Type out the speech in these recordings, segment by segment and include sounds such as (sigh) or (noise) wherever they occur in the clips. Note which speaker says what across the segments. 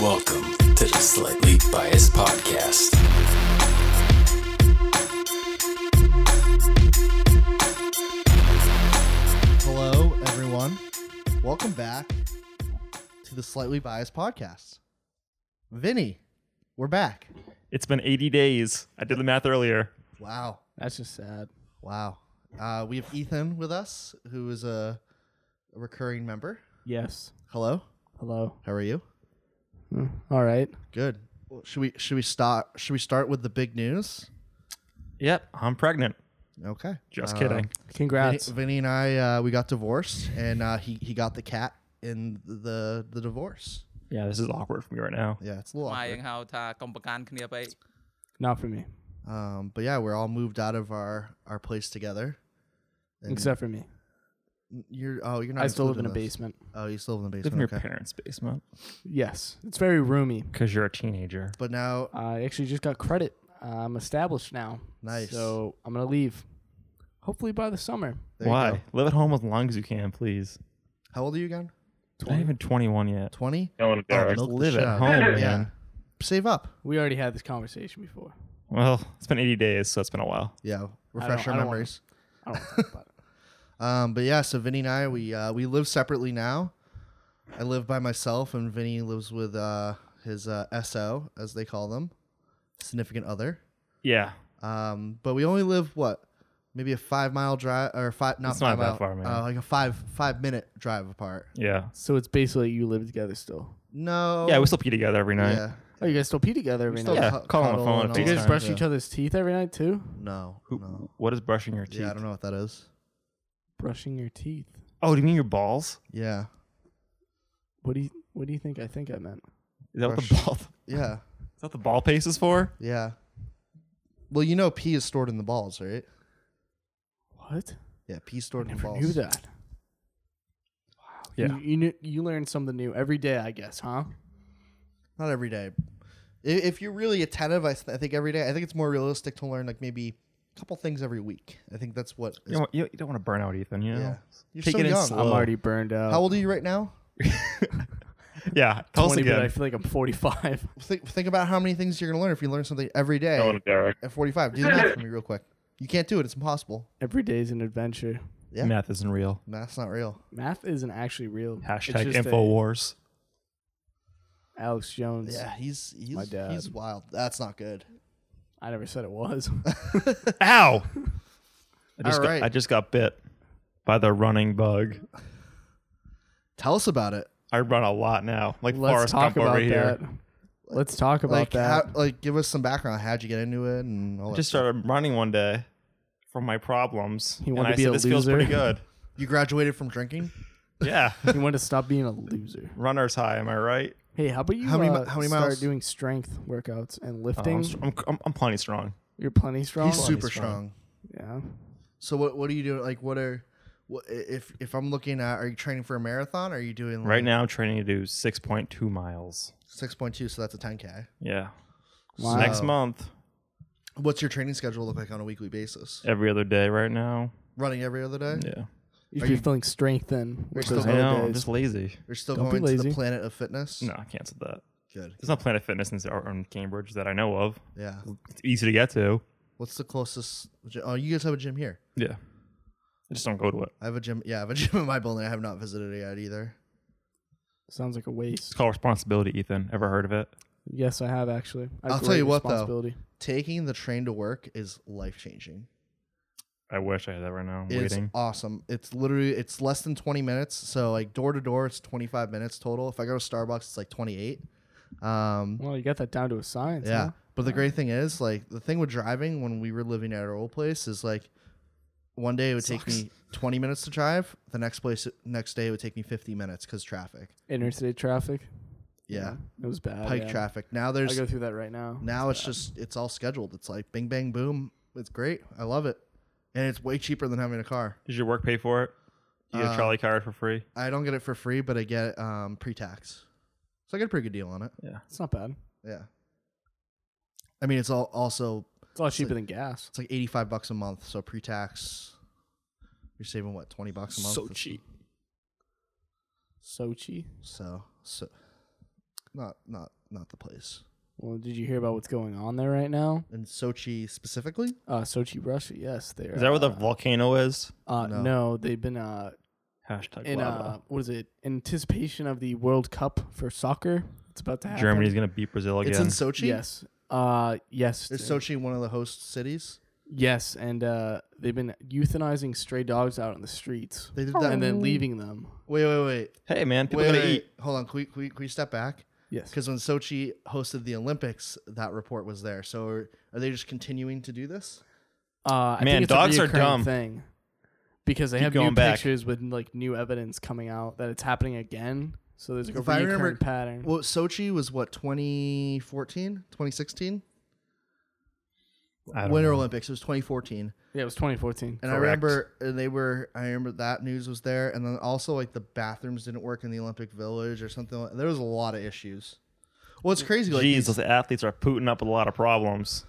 Speaker 1: Welcome to the Slightly Biased Podcast.
Speaker 2: Hello, everyone. Welcome back to the Slightly Biased Podcast. Vinny, we're back.
Speaker 3: It's been 80 days. I did the math earlier.
Speaker 2: Wow.
Speaker 4: That's just sad.
Speaker 2: Wow. Uh, we have Ethan with us, who is a, a recurring member.
Speaker 4: Yes.
Speaker 2: Hello.
Speaker 4: Hello. Hmm.
Speaker 2: How are you?
Speaker 4: All right.
Speaker 2: Good. Well, Should we should we start should we start with the big news?
Speaker 3: Yep, I'm pregnant.
Speaker 2: Okay.
Speaker 3: Just
Speaker 2: Uh,
Speaker 3: kidding.
Speaker 2: Vinny,
Speaker 4: Congrats.
Speaker 2: Vinny and I uh, we got divorced, and uh, he he got the cat in the the divorce.
Speaker 3: Yeah, this is awkward for me right now.
Speaker 2: Yeah, it's a little.
Speaker 5: ខ្មែរយើ
Speaker 2: awkward.
Speaker 5: ងហៅថាកំប្រកាន់គ្នាពេក
Speaker 4: Not for me.
Speaker 2: Um, but yeah, we're all moved out of our our place together. And-
Speaker 4: Except for me.
Speaker 2: You're oh you're not.
Speaker 4: I still live in a
Speaker 2: included this.
Speaker 4: basement.
Speaker 2: Oh, you still live in the
Speaker 3: Live in your
Speaker 2: basement. Okay.
Speaker 3: parents' basement
Speaker 4: Yes. It's very roomy.
Speaker 3: because you're a teenager.
Speaker 2: But now,
Speaker 4: I actually just got credit. I'm established now.
Speaker 2: Nice.
Speaker 4: So I'm going to leave. Hopefully by the summer.
Speaker 2: there you go.
Speaker 3: Why? Live at home as long as you can, please.
Speaker 2: How old are you again?
Speaker 3: Not even 21 yet.
Speaker 2: Twenty.
Speaker 6: going
Speaker 2: Oh,
Speaker 6: there.
Speaker 2: milk the
Speaker 3: live
Speaker 2: shit
Speaker 3: at
Speaker 2: out of
Speaker 3: home,
Speaker 2: it. (laughs)
Speaker 3: man.
Speaker 2: Yeah. Save up.
Speaker 4: We already had this conversation before.
Speaker 3: Well, it's been 80 days, so it's been a while.
Speaker 2: Yeah. Refresh our
Speaker 4: I don't wanna-
Speaker 2: memories.
Speaker 4: I don't wanna
Speaker 2: (laughs)
Speaker 4: talk about it.
Speaker 2: Um, but yeah, so Vinny and I we uh, we live separately now. I live by myself, and Vinny lives with uh, his uh, SO, as they call them, significant other.
Speaker 3: Yeah.
Speaker 2: Um, but we only live what, maybe a five mile drive or five not
Speaker 3: It's
Speaker 2: five
Speaker 3: not that
Speaker 2: mile,
Speaker 3: far, man.
Speaker 2: Uh, like a five five minute drive apart.
Speaker 3: Yeah.
Speaker 4: So it's basically you live together still.
Speaker 2: No.
Speaker 3: Yeah, we still pee together every night.
Speaker 2: Oh. Yeah.
Speaker 4: Oh, you guys still pee together every
Speaker 2: Still
Speaker 4: night?
Speaker 3: Yeah,
Speaker 2: cu-
Speaker 3: call on the
Speaker 2: cuddle
Speaker 3: phone
Speaker 2: and
Speaker 3: if
Speaker 2: all
Speaker 4: Do you
Speaker 3: all
Speaker 4: guys
Speaker 3: the
Speaker 2: that.
Speaker 4: brush
Speaker 2: Yeah.
Speaker 4: each other's teeth every night too?
Speaker 2: No,
Speaker 3: Who,
Speaker 2: no.
Speaker 3: What is brushing your teeth?
Speaker 2: Yeah, I don't know what that is.
Speaker 4: Brushing your teeth.
Speaker 3: Oh, do you mean your balls? (laughs)
Speaker 2: Yeah,
Speaker 4: What do you what do you think I think I meant?
Speaker 3: Is that
Speaker 2: Brush.
Speaker 3: what the ball? (laughs) Is
Speaker 2: yeah,
Speaker 3: that the ball paste is for?
Speaker 2: yeah. Well, you know, pee is stored in the balls, right?
Speaker 4: What?
Speaker 2: Yeah, pee stored in the
Speaker 4: Never
Speaker 2: balls.
Speaker 4: knew that.
Speaker 3: Yeah.
Speaker 4: You, you knew, you learn something new every day, I guess, huh?
Speaker 2: Not every day. I- If you're really attentive, I, th- I think every day. I think it's more realistic to learn like maybe a couple things every week. I think that's what.
Speaker 3: You
Speaker 2: Is,
Speaker 3: don't, you don't want to burn out, Ethan. You know?
Speaker 2: yeah, you're
Speaker 3: Take
Speaker 2: so
Speaker 3: it in
Speaker 2: young.
Speaker 3: slow.
Speaker 4: I'm
Speaker 3: Whoa.
Speaker 4: already burned out.
Speaker 2: How old are you right now?
Speaker 3: Yeah. Tell us
Speaker 4: 20, but
Speaker 3: again.
Speaker 4: I feel like I'm 45.
Speaker 2: Think think about how many things you're gonna learn if you learn something every day
Speaker 6: Going Derek.
Speaker 2: at 45. Do the math for me real quick. You can't do it. It's impossible.
Speaker 4: (laughs) Every day is an adventure.
Speaker 2: Yeah.
Speaker 3: Math isn't real.
Speaker 2: Math's not real.
Speaker 4: Math isn't actually real. It's
Speaker 3: Hashtag
Speaker 4: just a-
Speaker 3: InfoWars.
Speaker 4: Alex Jones.
Speaker 2: Yeah, he's he's
Speaker 4: My dad.
Speaker 2: he's wild. That's not good.
Speaker 4: I never said
Speaker 3: (laughs)
Speaker 4: it was.
Speaker 3: Ow! I just,
Speaker 2: All
Speaker 3: got,
Speaker 2: right.
Speaker 3: I just got bit by the running bug.
Speaker 2: Tell us about it.
Speaker 3: I run a lot now. Like
Speaker 4: (laughs) Let's
Speaker 3: Forrest
Speaker 4: talk
Speaker 3: Gump over
Speaker 4: about that.
Speaker 3: here.
Speaker 4: Let's talk about
Speaker 2: like
Speaker 4: that.
Speaker 2: How, like give us some background how'd you get into it and all
Speaker 3: I
Speaker 2: that
Speaker 3: just
Speaker 2: stuff.
Speaker 3: started running one day from my problems.
Speaker 4: He
Speaker 3: and
Speaker 4: wanted to
Speaker 3: I
Speaker 4: be
Speaker 3: said,
Speaker 4: a
Speaker 3: this feels
Speaker 4: loser."
Speaker 3: pretty good.
Speaker 2: you graduated from drinking
Speaker 4: (laughs)
Speaker 3: Yeah.
Speaker 4: you want to stop being a loser.
Speaker 3: Runner's high, am I right?
Speaker 4: Hey, how about you
Speaker 2: How many mi-
Speaker 4: uh,
Speaker 2: how many
Speaker 4: start
Speaker 2: miles?
Speaker 4: doing strength workouts and
Speaker 3: Oh,
Speaker 4: lifting?
Speaker 3: I'm, str- I'm, I'm, I'm plenty strong.
Speaker 4: You're plenty strong.
Speaker 2: he's super
Speaker 3: he's strong.
Speaker 2: strong
Speaker 4: yeah.
Speaker 2: so what what are you doing like what are what, if if i'm looking at are you training for a marathon or are you doing like
Speaker 3: Right now, I'm training to do 6.2 miles.
Speaker 2: 6.2 so that's a 10k
Speaker 3: Yeah.
Speaker 4: Wow.
Speaker 3: Next
Speaker 2: So-
Speaker 3: month,
Speaker 2: what's your training schedule look like on a weekly basis
Speaker 3: every other day right now.
Speaker 2: running every other day
Speaker 3: Yeah.
Speaker 4: You
Speaker 2: Are
Speaker 4: should be
Speaker 2: you-
Speaker 4: feeling strength then with
Speaker 2: still
Speaker 4: those
Speaker 3: I
Speaker 2: going-
Speaker 3: know,
Speaker 4: other
Speaker 3: I'm
Speaker 4: days.
Speaker 3: just lazy.
Speaker 2: you're still
Speaker 4: Don't be
Speaker 2: going to the
Speaker 4: lazy.
Speaker 2: planet of fitness
Speaker 3: No, I canceled that.
Speaker 2: good
Speaker 3: There's no Planet Fitness in, or in Cambridge that I know of.
Speaker 2: yeah
Speaker 3: It's easy to get to.
Speaker 2: what's the closest gy- oh you guys have a gym here
Speaker 3: Yeah. I just don't go to it.
Speaker 2: i have a gym yeah i have a (laughs) gym in my building i have not visited it yet either
Speaker 4: Sounds like a
Speaker 3: It's
Speaker 4: waste.
Speaker 3: called responsibility, Ethan. Ever heard of it?
Speaker 4: Yes, I have actually. I have
Speaker 2: I'll tell you
Speaker 4: great
Speaker 2: what, though.
Speaker 4: responsibility.
Speaker 2: taking the train to work is life changing
Speaker 3: I wish I had that right now. I'm
Speaker 2: It's
Speaker 3: waiting.
Speaker 2: awesome. It's literally it's less than 20 minutes. So like door to door, it's 25 minutes total. If I go to Starbucks, it's like 28. Um,
Speaker 4: Well, you got that down to a science.
Speaker 2: yeah.
Speaker 4: huh?
Speaker 2: But the great thing is, like the thing with driving when we were living at our old place is like one day it would take me 20 minutes to drive. The next place next day it would take me 50 minutes because traffic.
Speaker 4: Intercity traffic.
Speaker 2: Yeah.
Speaker 4: It was bad.
Speaker 2: Pike
Speaker 4: Oh, yeah.
Speaker 2: traffic. Now
Speaker 4: I
Speaker 2: there's
Speaker 4: go through that right now.
Speaker 2: now it's just it's all scheduled. It's like bing bang boom. It's great. I love it. And it's way cheaper than having a car.
Speaker 3: Does your work pay for it? You get
Speaker 2: Uh,
Speaker 3: a trolley card for free.
Speaker 2: I don't get it for free, but I get it, um, pre-tax, so I get a pretty good deal on it.
Speaker 4: It's not bad.
Speaker 2: Yeah, I mean it's all also
Speaker 4: It's a lot cheaper than gas.
Speaker 2: it's like eighty-five bucks a month, so pre-tax, you're saving what twenty bucks a month. It's-
Speaker 4: Sochi.
Speaker 2: So so, not not not the place.
Speaker 4: Well, did you hear about what's going on there right now?
Speaker 2: In Sochi specifically,
Speaker 4: Uh, Sochi, Russia. Yes, they are.
Speaker 3: Is that where the
Speaker 4: uh,
Speaker 3: volcano is?
Speaker 4: Uh,
Speaker 2: No.
Speaker 4: no. they've been uh,
Speaker 7: Hashtag
Speaker 4: in uh,
Speaker 7: lava.
Speaker 4: what is it? Anticipation of the World Cup for soccer. It's about to happen.
Speaker 7: Germany's gonna beat Brazil again.
Speaker 2: it's in Sochi.
Speaker 4: Yes. Uh, yes.
Speaker 2: is
Speaker 4: dude.
Speaker 2: Sochi one of the host cities?
Speaker 4: Yes, and uh, they've been euthanizing stray dogs out on the streets
Speaker 2: They did that.
Speaker 4: Oh, and then leaving them.
Speaker 2: wait, wait, wait,
Speaker 3: Hey man, people
Speaker 2: wait,
Speaker 3: gotta
Speaker 2: wait.
Speaker 3: eat.
Speaker 2: Hold on, can we, can we, can we step back?
Speaker 4: Yes.
Speaker 2: Because when Sochi hosted the Olympics, that report was there. So are, are they just continuing to do this?
Speaker 4: Uh, I
Speaker 3: Man,
Speaker 4: think it's a
Speaker 3: dogs are
Speaker 4: reoccurring
Speaker 3: dumb.
Speaker 4: Thing, because they
Speaker 3: Keep
Speaker 4: have
Speaker 3: going
Speaker 4: new
Speaker 3: back.
Speaker 4: pictures with like new evidence coming out that it's happening again. So there's like a
Speaker 2: If I
Speaker 4: recurrent
Speaker 2: remember-
Speaker 4: pattern.
Speaker 2: Well, Sochi was what 2014, 2016
Speaker 7: I don't
Speaker 2: Winter
Speaker 7: know.
Speaker 2: Olympics. It was 2014,
Speaker 4: yeah, it was 2014.
Speaker 2: and I remember and they were. I remember that news was there, and then also like the bathrooms didn't work in the Olympic Village or something. Like, there was a lot of issues. Well, it's crazy. Like
Speaker 3: Jeez, those athletes are putting up a lot
Speaker 2: (laughs)
Speaker 3: of problems.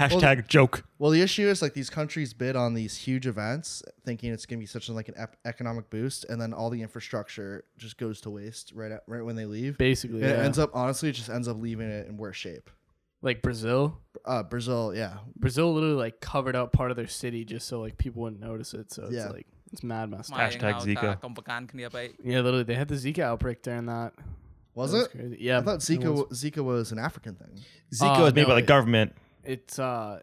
Speaker 3: Hashtag joke.
Speaker 2: Well, the issue is like these countries bid on these huge events, thinking it's going to be such like an ep- economic boost, and then all the infrastructure just goes to waste right at, right when they leave.
Speaker 4: Basically,
Speaker 2: And it
Speaker 4: yeah.
Speaker 2: ends up honestly, it just ends up leaving it in worse shape.
Speaker 4: like Brazil.
Speaker 2: Uh, Brazil, yeah,
Speaker 4: Brazil literally like covered up part of their city just so like people wouldn't notice it. So
Speaker 2: Yeah.
Speaker 4: it's like it's mad mess.
Speaker 5: ម៉ែឯង
Speaker 7: Hashtag
Speaker 5: ហៅ
Speaker 7: Zika.
Speaker 5: ថាកុំប្រកាន់គ្នាពេក
Speaker 4: Yeah, literally they had the Zika outbreak during that.
Speaker 2: was
Speaker 4: That
Speaker 2: it?
Speaker 4: crazy. Yeah,
Speaker 2: I thought
Speaker 4: it
Speaker 2: Zika
Speaker 4: was.
Speaker 2: wa- Zika was an African thing.
Speaker 3: Zika
Speaker 2: Oh,
Speaker 4: Uh,
Speaker 3: was made
Speaker 4: no,
Speaker 3: by the
Speaker 4: it-
Speaker 3: government.
Speaker 4: it's uh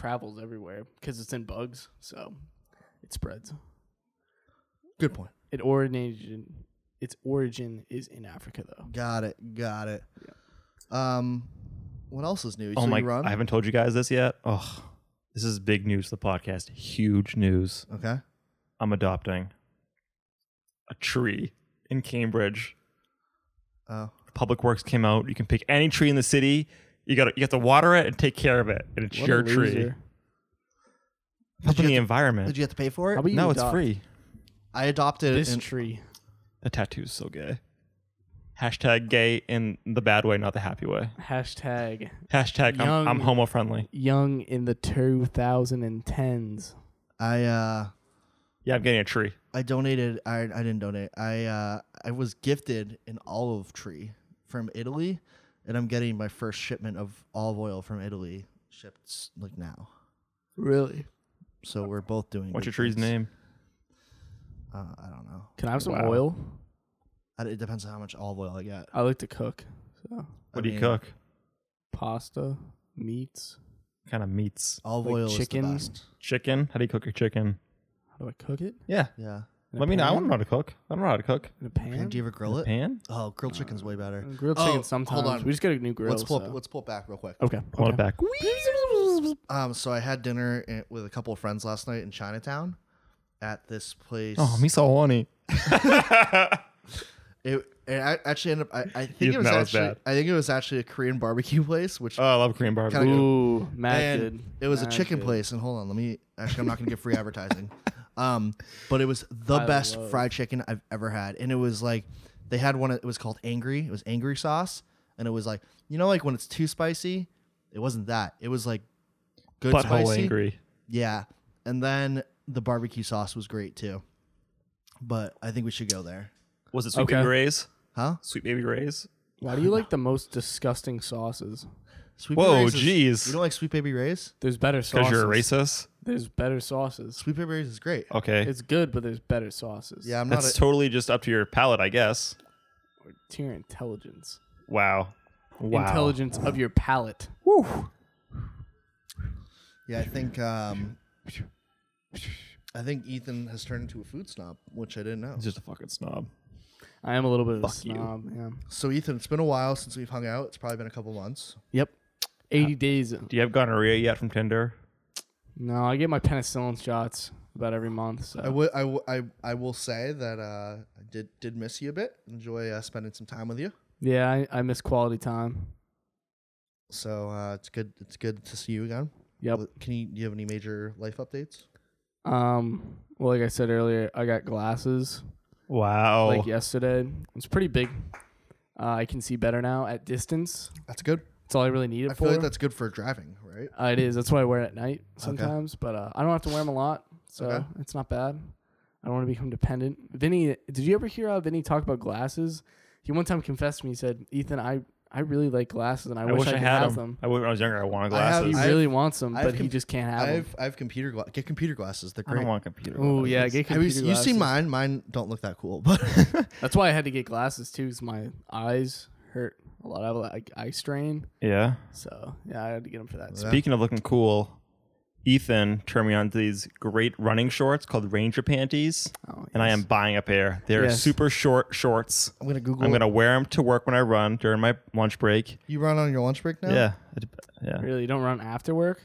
Speaker 4: travels everywhere because it's in bugs, so it spreads.
Speaker 2: Good point.
Speaker 4: It originated. Its origin is in Africa, though.
Speaker 2: Got it. Got it. Um, what else is new?
Speaker 3: Oh
Speaker 2: so
Speaker 3: my!
Speaker 2: you run?
Speaker 3: I haven't told you guys this yet. Oh, this is big news for the podcast. Huge news.
Speaker 2: okay.
Speaker 7: I'm adopting.
Speaker 3: A tree in Cambridge.
Speaker 2: Oh,
Speaker 3: Public Works came out. You can pick any tree in the city. You got you have to water it and take care of it, and it's
Speaker 4: What a
Speaker 3: your tree.
Speaker 4: loser.
Speaker 2: Did you
Speaker 3: Helping the
Speaker 2: have to-
Speaker 3: environment.
Speaker 2: did you have to pay for
Speaker 4: How
Speaker 2: it?
Speaker 4: about you
Speaker 3: no, it's
Speaker 4: adopt
Speaker 3: free.
Speaker 2: I adopted
Speaker 4: This
Speaker 2: an-
Speaker 4: tree.
Speaker 3: The tattoo's so gay. Hashtag gay in the bad way, not the happy way.
Speaker 4: Hashtag
Speaker 3: Hashtag I'm,
Speaker 4: Young-
Speaker 3: I'm homo friendly.
Speaker 4: young in the 2010s.
Speaker 2: I uh.
Speaker 3: Yeah, I'm getting a tree.
Speaker 2: I donated. I, I didn't donate. I uh, I was gifted an olive tree from Italy, and I'm getting my first shipment of olive oil from Italy shipped s- like now.
Speaker 4: Really?
Speaker 2: So we're both doing.
Speaker 3: What's your
Speaker 2: good
Speaker 3: tree's
Speaker 2: things.
Speaker 3: name?
Speaker 2: Uh, I don't know.
Speaker 4: Can I have some
Speaker 3: Wow.
Speaker 4: oil?
Speaker 2: I, it depends on how much olive oil I get.
Speaker 4: I like to cook. So
Speaker 3: What
Speaker 2: I
Speaker 3: do you
Speaker 2: mean,
Speaker 3: cook?
Speaker 4: pasta, meats.
Speaker 3: kind of meats?
Speaker 2: Olive
Speaker 4: Like
Speaker 2: oil
Speaker 4: chicken?
Speaker 2: is the best.
Speaker 3: Chicken? How do you cook your chicken?
Speaker 4: How do I cook it?
Speaker 3: Yeah.
Speaker 2: Yeah.
Speaker 4: In a
Speaker 3: Let me know. I
Speaker 4: pan?
Speaker 3: want to know how to cook. I don't know how to cook.
Speaker 4: In a pan.
Speaker 2: And do you ever grill it?
Speaker 3: Pan?
Speaker 2: Oh, grilled chicken's way better.
Speaker 4: Grilled
Speaker 2: Oh,
Speaker 4: chicken
Speaker 2: hold
Speaker 4: sometimes.
Speaker 2: on.
Speaker 4: We just got a new Uh, grill.
Speaker 2: let's pull
Speaker 4: so- Oh.
Speaker 2: up, let's pull it back real quick.
Speaker 4: okay.
Speaker 3: Hold it back.
Speaker 2: Um, so I had dinner eh, with a couple of friends last night in Chinatown, at this place.
Speaker 3: Oh, me so horny.
Speaker 2: It, it a- actually ended up. I, I think it
Speaker 3: Even
Speaker 2: was
Speaker 3: that was
Speaker 2: actually.
Speaker 3: bad.
Speaker 2: I think it was actually a Korean barbecue (laughs) place, which
Speaker 3: Oh, I love Korean barbecue.
Speaker 2: Kinda
Speaker 4: Ooh, mad
Speaker 2: and
Speaker 4: good.
Speaker 2: it was a
Speaker 4: Mad
Speaker 2: chicken
Speaker 4: good.
Speaker 2: place. And hold on, let me. Actually, I'm not gonna give free
Speaker 4: (laughs)
Speaker 2: advertising. Um, but it was the
Speaker 4: I
Speaker 2: best
Speaker 4: love-
Speaker 2: fried chicken I've ever had, and it was like they had one. It was called Angry. It was Angry sauce, and it was like you know, like when it's too spicy. It wasn't that. It was like good
Speaker 3: Butthole
Speaker 2: spicy.
Speaker 3: angry.
Speaker 2: Yeah, and then the barbecue sauce was great too. But I think we should go there,
Speaker 3: Was it sweet
Speaker 4: Okay.
Speaker 3: baby rays?
Speaker 2: huh?
Speaker 3: Sweet baby rays.
Speaker 4: Why do you like the most disgusting sauces?
Speaker 2: Sweet
Speaker 3: Whoa,
Speaker 2: Baby Ray's is-
Speaker 3: jeez.
Speaker 2: You don't like Sweet Baby Ray's?
Speaker 4: There's better
Speaker 3: Because
Speaker 4: sauces.
Speaker 3: you're a racist.
Speaker 4: There's better sauces.
Speaker 2: Sweet Baby Ray's is great.
Speaker 3: Okay.
Speaker 4: It's good, but there's better sauces.
Speaker 2: Yeah, I'm not.
Speaker 3: Oh, That's
Speaker 2: A,
Speaker 3: totally just up to your palate, I guess.
Speaker 4: To your intelligence.
Speaker 3: Wow. Wow.
Speaker 4: Intelligence of your palate.
Speaker 2: yeah, I think.
Speaker 3: (laughs)
Speaker 2: Um, I think Ethan has turned into a food snob, which I didn't know.
Speaker 3: He's just a fucking snob.
Speaker 4: I am a little bit of a
Speaker 3: Fuck you.
Speaker 4: snob. Yeah.
Speaker 2: So Ethan, it's been a while since we've hung out. It's probably been a couple months.
Speaker 4: Yep. 80 days.
Speaker 3: Do you have gonorrhea yet from Tinder?
Speaker 4: No, I get my penicillin shots about every month. So.
Speaker 2: I would, I, w- I, I will say that uh, I did did miss you a bit. Enjoy uh, spending some time with you.
Speaker 4: yeah, I, I miss quality time.
Speaker 2: So uh, it's good. It's good to see you again.
Speaker 4: Yep.
Speaker 2: Well, Can you do you have any major life updates?
Speaker 4: Um. Well, like I said earlier, I got glasses
Speaker 3: Wow.
Speaker 4: like yesterday. It's pretty big. Uh, I can see better now at distance.
Speaker 2: That's good.
Speaker 4: That's all I really need it
Speaker 2: I
Speaker 4: for.
Speaker 2: feel like that's good for driving, right?
Speaker 4: Uh, it is. That's why I wear it at night sometimes, but uh, I don't have to wear them a lot, so
Speaker 2: Okay.
Speaker 4: it's not bad. I don't want to become dependent. Vinny, did you ever hear uh, Vinny talk about glasses? He one time confessed to me. He said, "Ethan, I I really like glasses, and I,
Speaker 8: I wish I,
Speaker 4: could
Speaker 8: had
Speaker 4: have
Speaker 8: them.
Speaker 4: them.
Speaker 8: I wish when I was younger, I wanted
Speaker 2: I have-
Speaker 8: glasses.
Speaker 4: He
Speaker 2: I've-
Speaker 4: really wants them,
Speaker 2: I've
Speaker 4: but he
Speaker 2: com-
Speaker 4: just can't have them.
Speaker 2: I've I've computer gla- get computer glasses. They're
Speaker 8: I
Speaker 2: great.
Speaker 8: don't want a computer.
Speaker 4: Oh
Speaker 8: glasses.
Speaker 4: yeah, get
Speaker 2: Have you,
Speaker 4: computer
Speaker 2: you've seen
Speaker 4: glasses.
Speaker 2: mine. Mine don't look that cool, (laughs)
Speaker 3: (laughs)
Speaker 2: but
Speaker 4: That's why I had to get glasses too, because my eyes hurt a lot. I have like eye strain,
Speaker 8: Yeah.
Speaker 4: so yeah, I had to get them for that.
Speaker 2: Yeah.
Speaker 3: Speaking of looking cool, Ethan turned me on to these great running shorts called Ranger panties,
Speaker 4: Oh,
Speaker 3: and I am buying a pair. They're
Speaker 4: Yes.
Speaker 3: super short shorts.
Speaker 2: I'm gonna Google.
Speaker 3: I'm
Speaker 2: it.
Speaker 3: gonna wear them to work when I run during my lunch break.
Speaker 2: You run on your lunch break now.
Speaker 3: Yeah, It- yeah.
Speaker 4: Really, you don't run after work?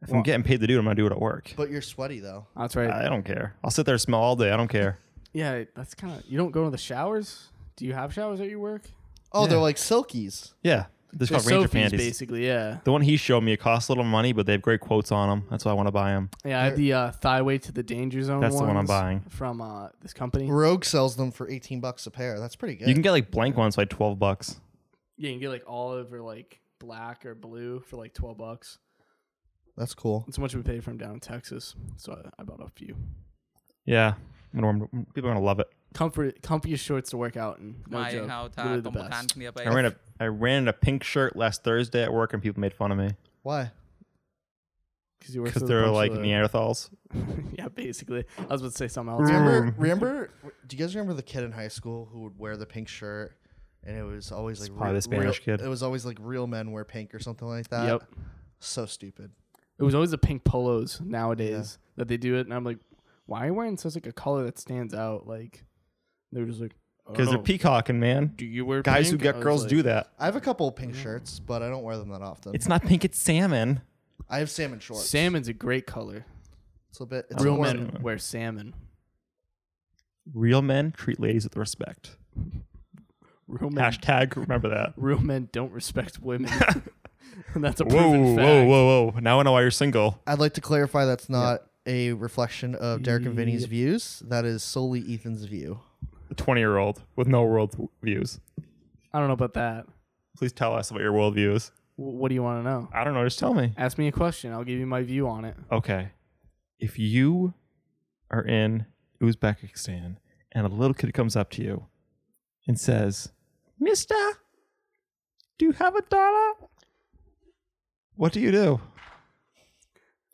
Speaker 3: If I'm getting paid to do it, I'm gonna do it at work.
Speaker 2: but you're sweaty though.
Speaker 4: Oh, that's right.
Speaker 3: I don't care. I'll sit there and smell all day. I don't
Speaker 4: (laughs)
Speaker 3: care.
Speaker 4: yeah, that's kind of. You don't go to the showers. Do you have showers at your work?
Speaker 2: Oh, they're like silkies.
Speaker 3: Yeah, this
Speaker 4: They're
Speaker 3: called Ranger
Speaker 4: Sophie's,
Speaker 3: panties.
Speaker 4: basically. Yeah,
Speaker 3: The one he showed me it costs a little money, but they have great quotes on them. That's why I want to buy them.
Speaker 4: yeah. I had the uh, thigh weight to the danger zone.
Speaker 3: That's the one I'm
Speaker 4: ones
Speaker 3: buying.
Speaker 4: from uh, this company.
Speaker 2: Rogue sells them for 18 bucks a pair. That's pretty good.
Speaker 3: You can get like blank ones for like twelve bucks.
Speaker 4: Yeah, you can get like olive or like black or blue for like twelve bucks.
Speaker 2: That's cool.
Speaker 4: That's how much we paid for them down in Texas. So I, I bought a few.
Speaker 3: Yeah, I'm gonna wear 'em. people are gonna love it.
Speaker 4: Comfort, comfiest shorts to work out in. No
Speaker 5: ខ្មែរ
Speaker 4: joke.
Speaker 5: ហៅថា
Speaker 4: Literally
Speaker 5: កុំប្រកាន់
Speaker 4: best.
Speaker 5: គ្នាពេក
Speaker 3: I ran a I ran in a pink shirt last Thursday at work, and people made fun of me
Speaker 2: Why?
Speaker 4: Because you work
Speaker 3: because
Speaker 4: for the
Speaker 3: they're
Speaker 4: bunch of Oh,
Speaker 3: like
Speaker 4: the-
Speaker 3: Neanderthals.
Speaker 4: (laughs) yeah, basically. I was about to say something
Speaker 3: Mm.
Speaker 4: else.
Speaker 2: Remember? remember? Do you guys remember the kid in high school who would wear the pink shirt? And it was always like
Speaker 3: probably the Spanish
Speaker 2: real-
Speaker 3: kid.
Speaker 2: It was always like real men wear pink or something like that.
Speaker 4: Yep.
Speaker 2: So stupid.
Speaker 4: It was always the pink polos nowadays that they do it, and I'm like, why are you wearing such like a color that stands out? Like they were just like, I don't
Speaker 3: Because they're
Speaker 4: know.
Speaker 3: peacocking, man.
Speaker 4: Do you wear
Speaker 3: Guys who
Speaker 4: pink? I
Speaker 3: get
Speaker 4: was
Speaker 3: girls
Speaker 4: like,
Speaker 3: do that.
Speaker 2: I have a couple of pink shirts, but I don't wear them that often.
Speaker 3: Mm. It's not pink; it's salmon.
Speaker 2: I have salmon shorts.
Speaker 4: Salmon's a great color.
Speaker 2: It's a bit. It's
Speaker 4: Real
Speaker 2: more-
Speaker 4: men wear salmon.
Speaker 3: Real men treat ladies with respect.
Speaker 4: Real men,
Speaker 3: Hashtag remember that.
Speaker 4: (laughs) real men don't respect
Speaker 3: (laughs)
Speaker 4: women. (laughs) and that's a
Speaker 3: Whoa,
Speaker 4: proven fact.
Speaker 3: whoa, whoa, whoa! Now I know why you're single.
Speaker 2: I'd like to clarify that's not a reflection of Derek and Vinny's views. That is solely Ethan's view.
Speaker 3: A 20 year old with no world views.
Speaker 4: I don't know about that.
Speaker 3: Please tell us about your worldview is.
Speaker 4: W- what do you want to know?
Speaker 3: I don't know. Just tell me.
Speaker 4: Ask me a question. I'll give you my view on it.
Speaker 3: Okay. If you are in Uzbekistan and a little kid comes up to you and says, Mister, do you have a dollar? What do you do?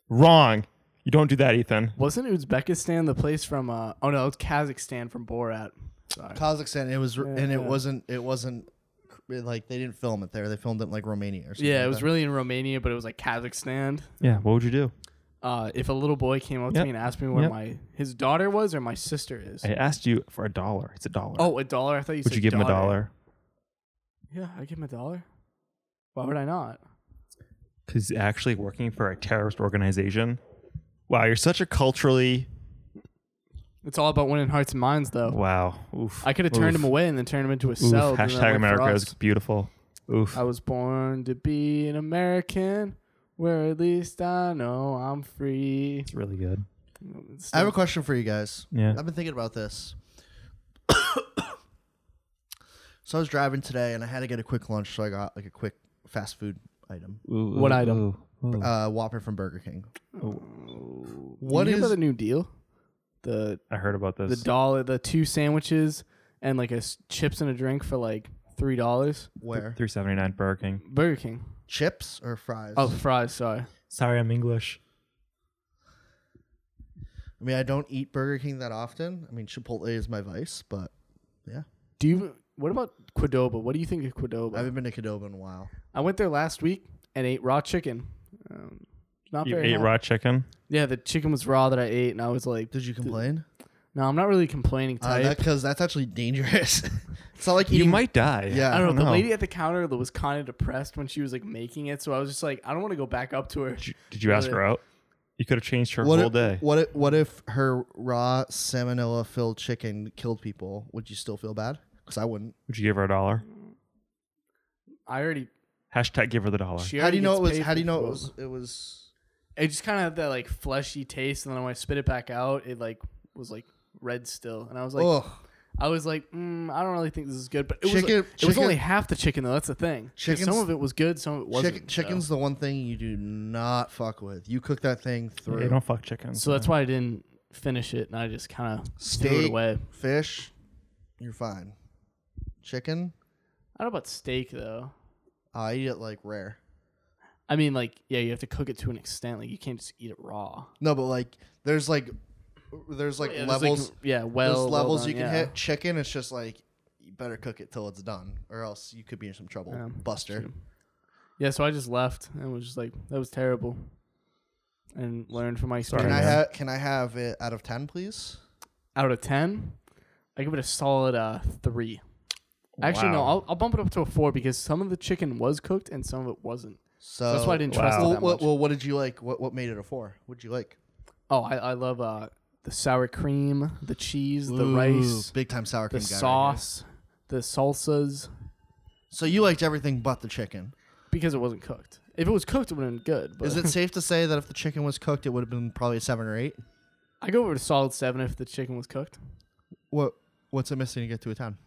Speaker 3: Wrong. You don't do that, Ethan.
Speaker 4: Wasn't Uzbekistan the place from? Uh, oh no, it's Kazakhstan from Borat. Sorry.
Speaker 2: Kazakhstan. It was, and
Speaker 4: Yeah.
Speaker 2: it wasn't. It wasn't like they didn't film it there. They filmed it in like Romania or something.
Speaker 4: Yeah,
Speaker 2: like
Speaker 4: it was
Speaker 2: that.
Speaker 4: really in Romania, but it was like Kazakhstan.
Speaker 3: Yeah. What would you do?
Speaker 4: Uh, if a little boy came up
Speaker 3: Yep.
Speaker 4: to me and asked me where
Speaker 3: Yep.
Speaker 4: my his daughter was or my sister is,
Speaker 3: I asked you for a dollar. It's a dollar.
Speaker 4: oh, a dollar. I thought you
Speaker 3: would
Speaker 4: said
Speaker 3: you give him a dollar?
Speaker 4: Yeah, I give him a dollar. Why would I not?
Speaker 3: Because he's actually working for a terrorist organization. Wow, you're such a culturally.
Speaker 4: It's all about winning hearts and minds, though.
Speaker 3: Wow. Oof.
Speaker 4: Oh. I could have turned him away and then turned him into a
Speaker 3: Oof.
Speaker 4: cell. and then that
Speaker 3: Hashtag
Speaker 4: worked for
Speaker 3: America is
Speaker 4: us.
Speaker 3: beautiful. Oof.
Speaker 4: I was born to be an American, where at least I know I'm free.
Speaker 3: It's really good.
Speaker 2: I have a question for you guys.
Speaker 3: Yeah.
Speaker 2: I've been thinking about this. (coughs) so I was driving today, and I had to get a quick lunch, so I got like a quick fast food item,
Speaker 4: What item? Mm.
Speaker 2: uh, Whopper from Burger King.
Speaker 3: Oh.
Speaker 2: What
Speaker 4: Did you hear
Speaker 2: is-
Speaker 4: about the new deal? The
Speaker 8: I heard about
Speaker 4: the
Speaker 8: this.
Speaker 4: dollar, the two sandwiches, and like a s- chips and a drink for like three dollars.
Speaker 2: Where
Speaker 8: 379 Burger King.
Speaker 4: Burger King.
Speaker 2: chips or fries?
Speaker 4: Oh, fries. Sorry.
Speaker 3: Sorry, I'm English.
Speaker 2: I mean, I don't eat Burger King that often. I mean, Chipotle is my vice, but
Speaker 4: Do you? What about Quidoba? What do you think of Quidoba?
Speaker 2: I haven't been to Qdoba in a while.
Speaker 4: I went there last week and ate raw chicken. Um, not
Speaker 3: You
Speaker 4: very.
Speaker 3: ate
Speaker 4: healthy.
Speaker 3: raw chicken?
Speaker 4: Yeah, the chicken was raw that I ate, and I was like,
Speaker 2: Did you complain?
Speaker 4: "No, I'm not really complaining."
Speaker 2: Uh,
Speaker 4: Type.
Speaker 2: Because that's actually dangerous. (laughs) it's not like
Speaker 3: You
Speaker 2: eating-
Speaker 3: might die.
Speaker 2: Yeah.
Speaker 4: I don't, know, The lady at the counter was kind of depressed when she was like making it, so I was just like, "I don't want to go back up to her."
Speaker 3: Did you, did you ask
Speaker 4: Really?
Speaker 3: her out? You could have changed her
Speaker 2: What
Speaker 3: whole
Speaker 2: if,
Speaker 3: day.
Speaker 2: What if, what if her raw salmonella filled chicken killed people? Would you still feel bad? Because I wouldn't.
Speaker 3: Would you give her a dollar?
Speaker 4: I already.
Speaker 3: Hashtag give her the dollar.
Speaker 4: She
Speaker 2: How do
Speaker 4: already
Speaker 2: you know
Speaker 4: gets
Speaker 2: it was?
Speaker 4: paid
Speaker 2: How do you
Speaker 4: for
Speaker 2: know it
Speaker 4: food.
Speaker 2: was? It was.
Speaker 4: It just kind of had that like fleshy taste, and then when I spit it back out, it like was like red still, and I was like,
Speaker 2: Ugh.
Speaker 4: I was like, mm, I don't really think this is good, but it
Speaker 2: Chicken-
Speaker 4: was it was
Speaker 2: chicken-
Speaker 4: only half the chicken though. That's the thing. 'Cause some
Speaker 2: Chicken's-
Speaker 4: of it was good, some of it wasn't.
Speaker 2: Chick-
Speaker 4: so-
Speaker 2: chicken's the one thing you do not fuck with. You cook that thing through.
Speaker 3: They don't fuck chickens.
Speaker 4: So that's why I didn't finish it, and I just kind of threw it
Speaker 2: Steak,
Speaker 4: away.
Speaker 2: fish, you're fine. Chicken? Ah,
Speaker 4: I don't know about steak though.
Speaker 2: I eat it like rare.
Speaker 4: I mean, like, yeah, you have to cook it to an extent. Like, you can't just eat it raw.
Speaker 2: No, but like there's like there's like
Speaker 4: Yeah, there's,
Speaker 2: levels
Speaker 4: yeah, well,
Speaker 2: there's
Speaker 4: well
Speaker 2: levels
Speaker 4: done,
Speaker 2: you can
Speaker 4: yeah.
Speaker 2: hit. Chicken, it's just like you better cook it till it's done, or else you could be in some trouble.
Speaker 4: Yeah,
Speaker 2: Buster.
Speaker 4: true. Yeah, so I just left and was just like, that was terrible, and learned from my
Speaker 3: Sorry,
Speaker 2: Can
Speaker 4: experience.
Speaker 2: I
Speaker 3: man.
Speaker 2: have can I have it out of ten, please?
Speaker 4: out of ten, I give it a solid uh three. Actually, no,
Speaker 3: Wow.
Speaker 4: I'll, I'll bump it up to a four because some of the chicken was cooked and some of it wasn't.
Speaker 2: So
Speaker 4: That's why I didn't trust
Speaker 3: Wow.
Speaker 4: it
Speaker 2: Well,
Speaker 4: that
Speaker 2: what,
Speaker 4: much.
Speaker 2: well, what did you like? What what made it a four? What'd you like?
Speaker 4: oh, I, I love uh the sour cream, the cheese, the rice,
Speaker 2: big time sour
Speaker 4: the
Speaker 2: cream guy right here.
Speaker 4: sauce, the salsas
Speaker 2: so you liked everything but the chicken.
Speaker 4: because it wasn't cooked. If it was cooked, it would have been good. But
Speaker 2: Is
Speaker 4: (laughs)
Speaker 2: it safe to say that if the chicken was cooked, it would have been probably a seven or eight?
Speaker 4: I go over to solid seven if the chicken was cooked.
Speaker 2: What what's it missing to get to a ten?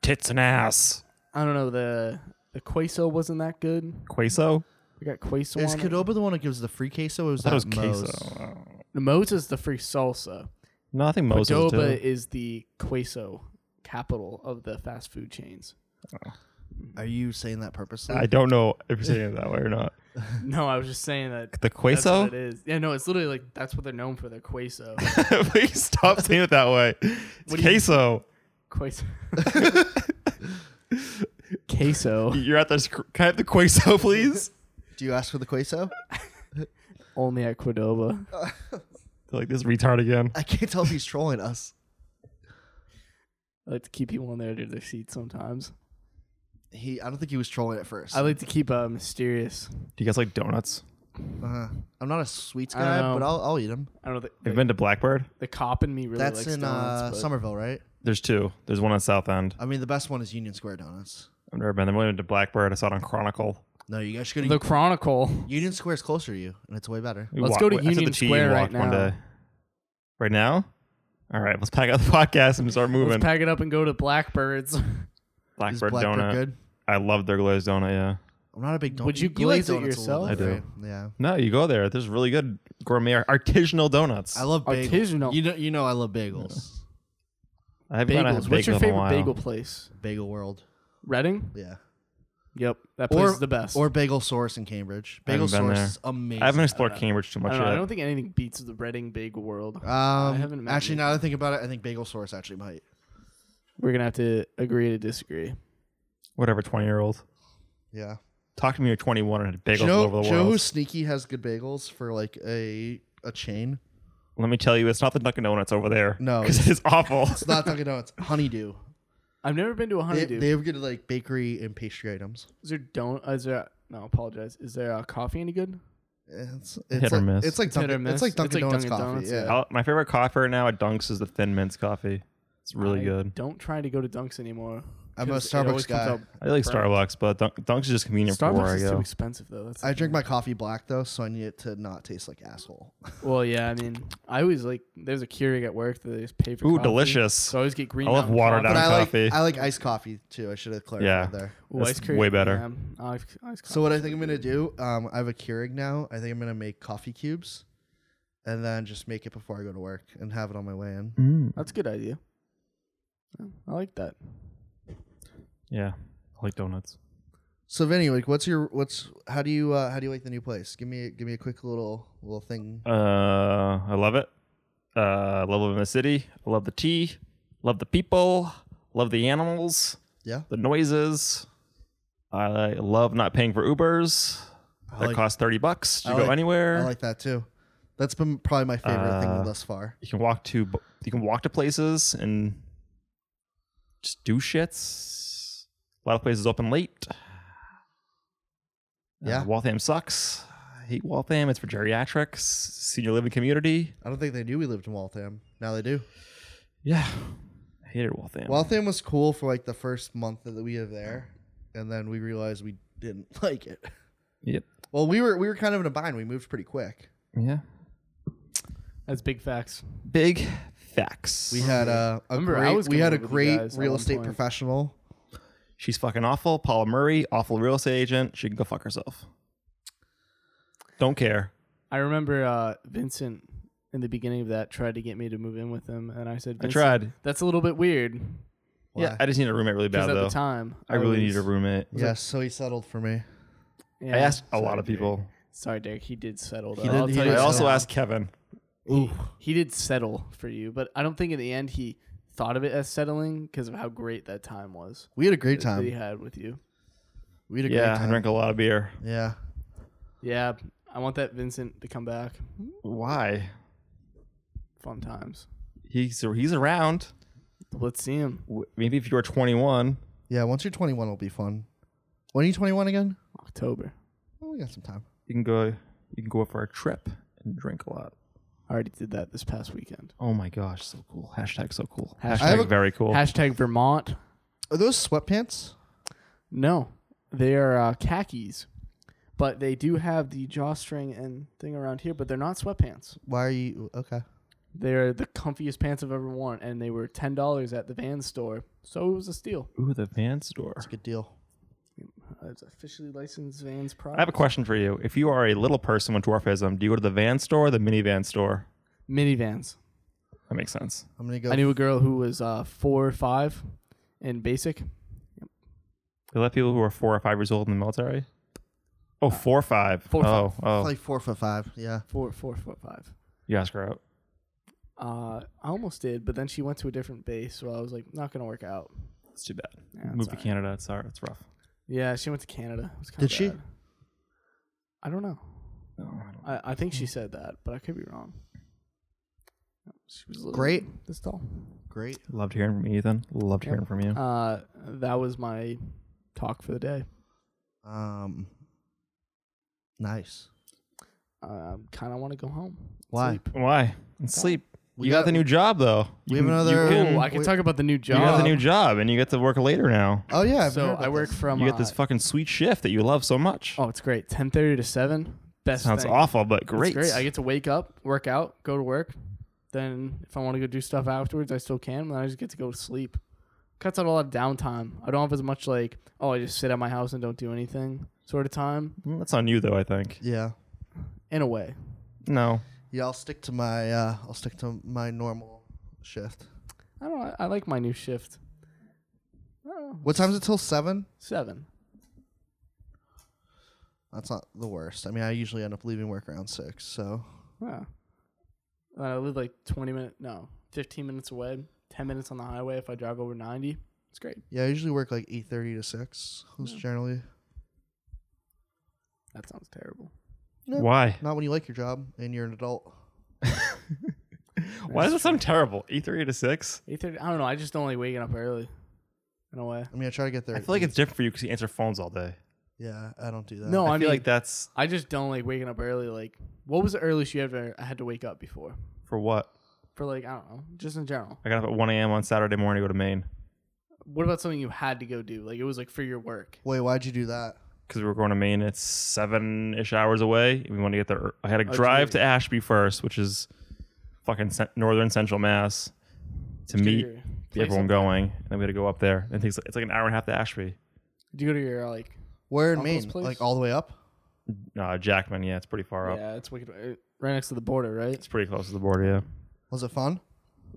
Speaker 3: Tits and ass.
Speaker 4: I don't know the the queso wasn't that good.
Speaker 3: Queso?
Speaker 4: We got queso.
Speaker 2: Is
Speaker 4: on it.
Speaker 2: Cadoba the one that gives the free queso? Or is that
Speaker 3: That was
Speaker 2: Moe's?
Speaker 3: queso.
Speaker 4: The Mo's is the free salsa.
Speaker 3: No, I think Moe's is
Speaker 4: Adoba
Speaker 3: too.
Speaker 4: is the queso capital of the fast
Speaker 3: (laughs)
Speaker 4: food chains.
Speaker 2: Are you saying that purposely?
Speaker 3: I don't know if you're saying it that way or not.
Speaker 4: No, I was just saying that.
Speaker 3: The
Speaker 4: That's
Speaker 3: queso?
Speaker 4: what it is. Yeah, no, it's literally like that's what they're known for.
Speaker 3: (laughs)
Speaker 4: Their queso.
Speaker 3: Please stop
Speaker 4: (laughs)
Speaker 3: saying it that way. It's
Speaker 4: What do you-
Speaker 3: queso.
Speaker 4: queso.
Speaker 3: (laughs)
Speaker 4: queso.
Speaker 3: You, are at this. Can I have the queso, (laughs) please?
Speaker 2: Do you ask for the queso?
Speaker 4: Only at Cordoba.
Speaker 3: They're like this retard again.
Speaker 2: I can't tell if he's trolling us.
Speaker 4: I like to keep people in there to their seats sometimes.
Speaker 2: He, I don't think he was trolling at first.
Speaker 4: I like to keep uh, mysterious.
Speaker 3: Do you guys like donuts?
Speaker 2: Uh, I'm not a sweets
Speaker 4: I don't
Speaker 2: guy,
Speaker 4: know.
Speaker 2: but I'll, I'll eat them.
Speaker 4: I don't know. The,
Speaker 3: Have you
Speaker 4: the,
Speaker 3: been to Blackbird?
Speaker 4: the cop in me really
Speaker 2: That's
Speaker 4: likes
Speaker 2: in
Speaker 4: donuts,
Speaker 2: uh,
Speaker 4: but-
Speaker 2: Somerville, right?
Speaker 3: There's two. There's one on South End.
Speaker 2: I mean, the best one is Union Square Donuts.
Speaker 3: I've never been. there. I went to Blackbird. I saw it on Chronicle.
Speaker 2: No, you guys should go
Speaker 4: The
Speaker 2: to
Speaker 4: Chronicle.
Speaker 2: Union Square is closer to you, and it's way better.
Speaker 3: We
Speaker 4: Let's
Speaker 3: walk-
Speaker 4: go
Speaker 3: I
Speaker 4: to
Speaker 3: took the
Speaker 4: Union
Speaker 3: T
Speaker 4: Square
Speaker 3: and
Speaker 4: right
Speaker 3: walked one
Speaker 4: now.
Speaker 3: day. Right now? All right, let's pack up the (laughs) podcast and start moving.
Speaker 4: Let's pack it up and go to
Speaker 3: (laughs)
Speaker 4: Blackbirds.
Speaker 2: Is
Speaker 3: Blackbird,
Speaker 2: Blackbird
Speaker 3: donut.
Speaker 2: good?
Speaker 3: I love their glazed donut. Yeah.
Speaker 2: I'm not a big donut.
Speaker 4: Would you glaze it yourself?
Speaker 2: I
Speaker 3: I
Speaker 2: do.
Speaker 3: do.
Speaker 2: Yeah,
Speaker 3: No, you go there. There's really good gourmet artisanal donuts.
Speaker 2: I love bagels.
Speaker 4: Artisanal.
Speaker 2: You know, you know, I love bagels.
Speaker 3: I haven't gone out
Speaker 4: Bagels.
Speaker 3: to
Speaker 4: What's
Speaker 3: bagel in
Speaker 4: your
Speaker 3: a
Speaker 4: favorite
Speaker 3: while.
Speaker 4: bagel place?
Speaker 2: Bagel World.
Speaker 4: Reading?
Speaker 2: Yeah,
Speaker 4: Yep. That
Speaker 2: Or-
Speaker 4: place is the best.
Speaker 2: or Bagel Source in Cambridge.
Speaker 3: I
Speaker 2: Bagel
Speaker 3: haven't been
Speaker 2: Source
Speaker 3: there.
Speaker 2: is amazing.
Speaker 3: I haven't explored Cambridge too
Speaker 4: I
Speaker 3: much
Speaker 4: don't,
Speaker 3: yet.
Speaker 4: know, I don't think anything beats the Reading Bagel World.
Speaker 2: Um,
Speaker 4: haven't met
Speaker 2: actually,
Speaker 4: you.
Speaker 2: now that I think about it, I think Bagel Source actually might.
Speaker 4: We're gonna have to agree to disagree.
Speaker 3: Whatever, twenty year old.
Speaker 2: Yeah.
Speaker 3: Talk to me, you're 21 and had bagels
Speaker 2: Do you know,
Speaker 3: all over
Speaker 2: do
Speaker 3: the
Speaker 2: you know
Speaker 3: world.
Speaker 2: who sneaky has good bagels for like a a chain?
Speaker 3: Let me tell you, it's not the Dunkin' Donuts over there. (laughs)
Speaker 2: No,
Speaker 3: because it's awful.
Speaker 2: It's not Dunkin' Donuts. Honeydew.
Speaker 4: I've never been to a
Speaker 2: They,
Speaker 4: honeydew.
Speaker 2: they have good like bakery and pastry items.
Speaker 4: is there don't? Is there? No, I apologize. Is there uh, coffee any good?
Speaker 2: It's, it's
Speaker 3: Hit or
Speaker 2: like,
Speaker 3: miss.
Speaker 2: It's like
Speaker 4: Hit or
Speaker 2: Dunkin', it's
Speaker 4: miss.
Speaker 2: like
Speaker 4: It's
Speaker 2: Dunkin'
Speaker 4: like
Speaker 2: Donuts
Speaker 4: Dunkin'
Speaker 2: coffee.
Speaker 4: Donuts,
Speaker 2: yeah.
Speaker 3: (laughs)
Speaker 4: yeah.
Speaker 3: I'll- my favorite coffee right now at Dunks is the Thin Mints coffee. It's really
Speaker 4: I
Speaker 3: good.
Speaker 4: Don't try to go to Dunks anymore.
Speaker 2: I'm a
Speaker 4: 'cause it always
Speaker 2: Starbucks
Speaker 4: comes
Speaker 2: guy.
Speaker 4: out
Speaker 3: I like
Speaker 4: burnt.
Speaker 3: Starbucks, but Dunk, Dunks is just convenient for where
Speaker 4: Starbucks
Speaker 3: I
Speaker 4: is too
Speaker 3: go.
Speaker 4: expensive though. That's the
Speaker 2: I drink
Speaker 4: thing.
Speaker 2: my coffee black though, so I need it to not taste like asshole.
Speaker 4: Well, yeah. I mean, I always like. There's a Keurig at work that they just pay for.
Speaker 3: Ooh,
Speaker 4: coffee.
Speaker 3: delicious.
Speaker 4: So I always get green.
Speaker 3: I love
Speaker 4: Mountain
Speaker 3: water
Speaker 2: But
Speaker 4: coffee.
Speaker 3: down
Speaker 2: I like
Speaker 3: coffee.
Speaker 2: I like iced coffee too. I should have clarified
Speaker 3: Yeah.
Speaker 2: there.
Speaker 4: Ooh,
Speaker 3: That's
Speaker 4: ice cream.
Speaker 3: way better.
Speaker 4: Yeah, ice, ice
Speaker 2: So what I think I'm gonna do, um, I have a Keurig now. I think I'm gonna make coffee cubes, and then just make it before I go to work and have it on my way in.
Speaker 3: Mm.
Speaker 4: That's a good idea. Yeah, I like that.
Speaker 3: Yeah, I like donuts.
Speaker 2: So Vinny, like, what's your what's how do you uh, how do you like the new place? Give me give me a quick little little thing.
Speaker 3: Uh, I love it. Uh, I love living in the city. I love the tea. Love the people. Love the animals.
Speaker 2: Yeah.
Speaker 3: The noises. I love not paying for Ubers.
Speaker 2: I
Speaker 3: That
Speaker 2: like-
Speaker 3: costs thirty bucks. to
Speaker 2: I
Speaker 3: go
Speaker 2: like-
Speaker 3: anywhere.
Speaker 2: I like that too. That's been probably my favorite thing
Speaker 3: Uh,
Speaker 2: thus far.
Speaker 3: you can walk to bu- you can walk to places and just do shits. A lot of places open late. Uh,
Speaker 2: Yeah.
Speaker 3: Waltham sucks. I hate Waltham. It's for geriatrics, senior living community.
Speaker 2: I don't think they knew we lived in Waltham. Now they do.
Speaker 3: Yeah, I hated Waltham.
Speaker 2: Waltham was cool for like the first month that we were there, and then we realized we didn't (laughs) like it.
Speaker 3: Yep.
Speaker 2: Well, we were we were kind of in a bind. We moved pretty quick.
Speaker 3: Yeah.
Speaker 4: That's big facts.
Speaker 3: Big facts.
Speaker 2: We had uh, a
Speaker 4: Remember, I
Speaker 2: great
Speaker 4: was
Speaker 2: we
Speaker 4: gonna
Speaker 2: had a
Speaker 4: live with you
Speaker 2: great
Speaker 4: guys at
Speaker 2: real
Speaker 4: one
Speaker 2: estate
Speaker 4: point.
Speaker 2: professional.
Speaker 3: She's fucking awful. Paula Murray, awful real estate agent. She can go fuck herself. Don't care.
Speaker 4: I remember uh, Vincent in the beginning of that tried to get me to move in with him, and I said,
Speaker 3: I
Speaker 4: Vincent,
Speaker 3: tried.
Speaker 4: That's a little bit weird.
Speaker 3: Yeah,
Speaker 2: Why?
Speaker 3: I just need a roommate really
Speaker 4: Because
Speaker 3: bad
Speaker 4: at
Speaker 3: though.
Speaker 4: the time,
Speaker 3: I really
Speaker 4: was-
Speaker 3: need a roommate.
Speaker 2: yes, so he settled for me.
Speaker 4: Yeah.
Speaker 3: I asked a
Speaker 4: Sorry,
Speaker 3: lot of
Speaker 4: Derek.
Speaker 3: people.
Speaker 4: Sorry, Derek. He did settle. Though.
Speaker 2: He
Speaker 4: I'll
Speaker 2: did- he
Speaker 4: tell
Speaker 2: did
Speaker 4: you
Speaker 3: I
Speaker 4: that
Speaker 3: also
Speaker 4: now.
Speaker 3: asked Kevin.
Speaker 4: He, he did settle for you, but I don't think in the end he thought of it as settling because of how great that time was
Speaker 2: We had a great
Speaker 4: that he
Speaker 2: time.
Speaker 4: had with you.
Speaker 2: We had a
Speaker 3: Yeah,
Speaker 2: great
Speaker 3: I
Speaker 2: time.
Speaker 3: drank a lot of beer.
Speaker 2: Yeah.
Speaker 4: Yeah, I want that Vincent to come back.
Speaker 3: Why?
Speaker 4: Fun times.
Speaker 3: He's he's around.
Speaker 4: Let's see him.
Speaker 3: W- Maybe if you were 21,
Speaker 2: Yeah, once you're 21, it'll be fun. When are you 21 again?
Speaker 4: October.
Speaker 2: Oh, we got some time.
Speaker 3: you can go you can go for a trip and drink a lot.
Speaker 4: I already did that this past weekend.
Speaker 3: Oh my gosh, so cool. Hashtag so cool.
Speaker 4: Hashtag-
Speaker 2: I have
Speaker 3: Hashtag
Speaker 2: a-
Speaker 3: very cool.
Speaker 4: Hashtag Vermont.
Speaker 2: Are those sweatpants?
Speaker 4: No, they are uh, khakis, but they do have the drawstring and thing around here, but they're not sweatpants.
Speaker 2: Why are you okay?
Speaker 4: They're the comfiest pants I've ever worn, and they were ten dollars at the van store, so it was a steal.
Speaker 3: Ooh, the van store.
Speaker 2: It's a good deal.
Speaker 4: It's officially licensed Vans product.
Speaker 3: I have a question for you. If you are a little person with dwarfism, do you go to the van store or the minivan store?
Speaker 4: Minivans.
Speaker 3: That makes sense.
Speaker 2: I'm gonna go.
Speaker 4: I knew a girl who was uh, four or five and basic.
Speaker 3: They let people who are four or five years old in the military? Oh, four or five.
Speaker 4: four or
Speaker 3: oh, oh.
Speaker 2: like four for five. Yeah.
Speaker 4: Four, four, four, five.
Speaker 3: you ask her out.
Speaker 4: Uh, I almost did, but then she went to a different base, so I was like, not gonna work out.
Speaker 3: It's too bad.
Speaker 4: Yeah, it's
Speaker 3: Move to
Speaker 4: alright.
Speaker 3: Canada. It's, hard. it's rough.
Speaker 4: Yeah, she went to Canada. It was kinda
Speaker 2: Did she?
Speaker 4: bad. I don't know. I, I think she said that, but I could be wrong. She was a little
Speaker 2: Great.
Speaker 4: This tall.
Speaker 2: Great.
Speaker 3: Loved hearing from you, Ethan. Loved hearing from you.
Speaker 4: Uh, that was my talk for the day.
Speaker 2: Um. Nice.
Speaker 4: Um, kind of want to go home.
Speaker 2: Why?
Speaker 4: Sleep.
Speaker 3: Why?
Speaker 4: uh,
Speaker 3: And sleep.
Speaker 2: We
Speaker 3: you got,
Speaker 2: got-
Speaker 3: the new job, though.
Speaker 2: We
Speaker 3: You
Speaker 2: have
Speaker 3: can-
Speaker 2: another-
Speaker 3: You, can,
Speaker 4: Oh, I can
Speaker 2: Wait.
Speaker 4: talk about the new
Speaker 3: you
Speaker 4: job.
Speaker 3: got the new job, and you get to work later now.
Speaker 2: Oh yeah. I've heard
Speaker 4: so
Speaker 2: about
Speaker 4: I work
Speaker 2: this.
Speaker 4: from.
Speaker 3: You get this
Speaker 4: uh,
Speaker 3: fucking sweet shift that you love so much.
Speaker 4: oh, it's great. Ten thirty to seven. Best.
Speaker 3: Sounds
Speaker 4: thing.
Speaker 3: awful, but
Speaker 4: It's
Speaker 3: great.
Speaker 4: great. I get to wake up, work out, go to work. Then if I want to go do stuff afterwards, I still can. Then I just get to go to sleep. Cuts out a lot of downtime. I don't have as much like, oh, I just sit at my house and don't do anything sort of time.
Speaker 3: Mm, That's on you, though. I think.
Speaker 2: Yeah.
Speaker 4: In a way,
Speaker 3: No,
Speaker 2: Yeah. I'll stick to my. Uh, I'll stick to my normal shift.
Speaker 4: I don't. know. I like my new shift. I don't know.
Speaker 2: What time's it till seven?
Speaker 4: Seven.
Speaker 2: That's not the worst. I mean, I usually end up leaving work around six. So
Speaker 4: Yeah. Uh, I live like twenty minutes. No, fifteen minutes away. Ten minutes on the highway. If I drive over ninety, it's great.
Speaker 2: yeah, I usually work like eight thirty to six. That's generally
Speaker 4: That sounds terrible.
Speaker 2: Yeah.
Speaker 3: Why?
Speaker 2: not when you like your job and you're an adult.
Speaker 3: Why does it sound terrible? E three to six.
Speaker 4: Eight thirty. I don't know. I just don't like waking up early. In a way.
Speaker 2: I mean, I try to get there.
Speaker 3: I
Speaker 2: at
Speaker 3: feel like
Speaker 2: eight.
Speaker 3: it's different for you because you answer phones all day.
Speaker 2: Yeah, I don't do that.
Speaker 4: No,
Speaker 3: I,
Speaker 4: Oh, I,
Speaker 3: feel
Speaker 4: mean
Speaker 3: like that's
Speaker 4: I just don't like waking up early. Like, what was the earliest you ever I had to wake up before?
Speaker 3: for what
Speaker 4: For like, I don't know, just in general.
Speaker 3: I got up at one a.m. on Saturday morning to go to Maine
Speaker 4: What about something you had to go do? Like, it was like for your work.
Speaker 2: Wait, why'd you do that?
Speaker 3: because we were going to Maine. It's seven ish hours away. We wanted to get there. ear- I had to
Speaker 4: Oh,
Speaker 3: drive
Speaker 4: gee.
Speaker 3: to Ashby first, which is fucking cent- northern central Mass, to
Speaker 4: Did you
Speaker 3: meet
Speaker 4: go to your place
Speaker 3: everyone
Speaker 4: up-
Speaker 3: going, and then we had to go up there. And it takes it's like an hour and a half to Ashby.
Speaker 4: Did you go to your like?
Speaker 2: Where in
Speaker 4: Uncle's
Speaker 2: Maine?
Speaker 4: place?
Speaker 2: Like all the way up?
Speaker 3: Uh, Jackman, yeah, it's pretty far up.
Speaker 4: Yeah, it's wicked. uh, Right next to the border, right?
Speaker 3: It's pretty close to the border, yeah.
Speaker 2: Was it fun?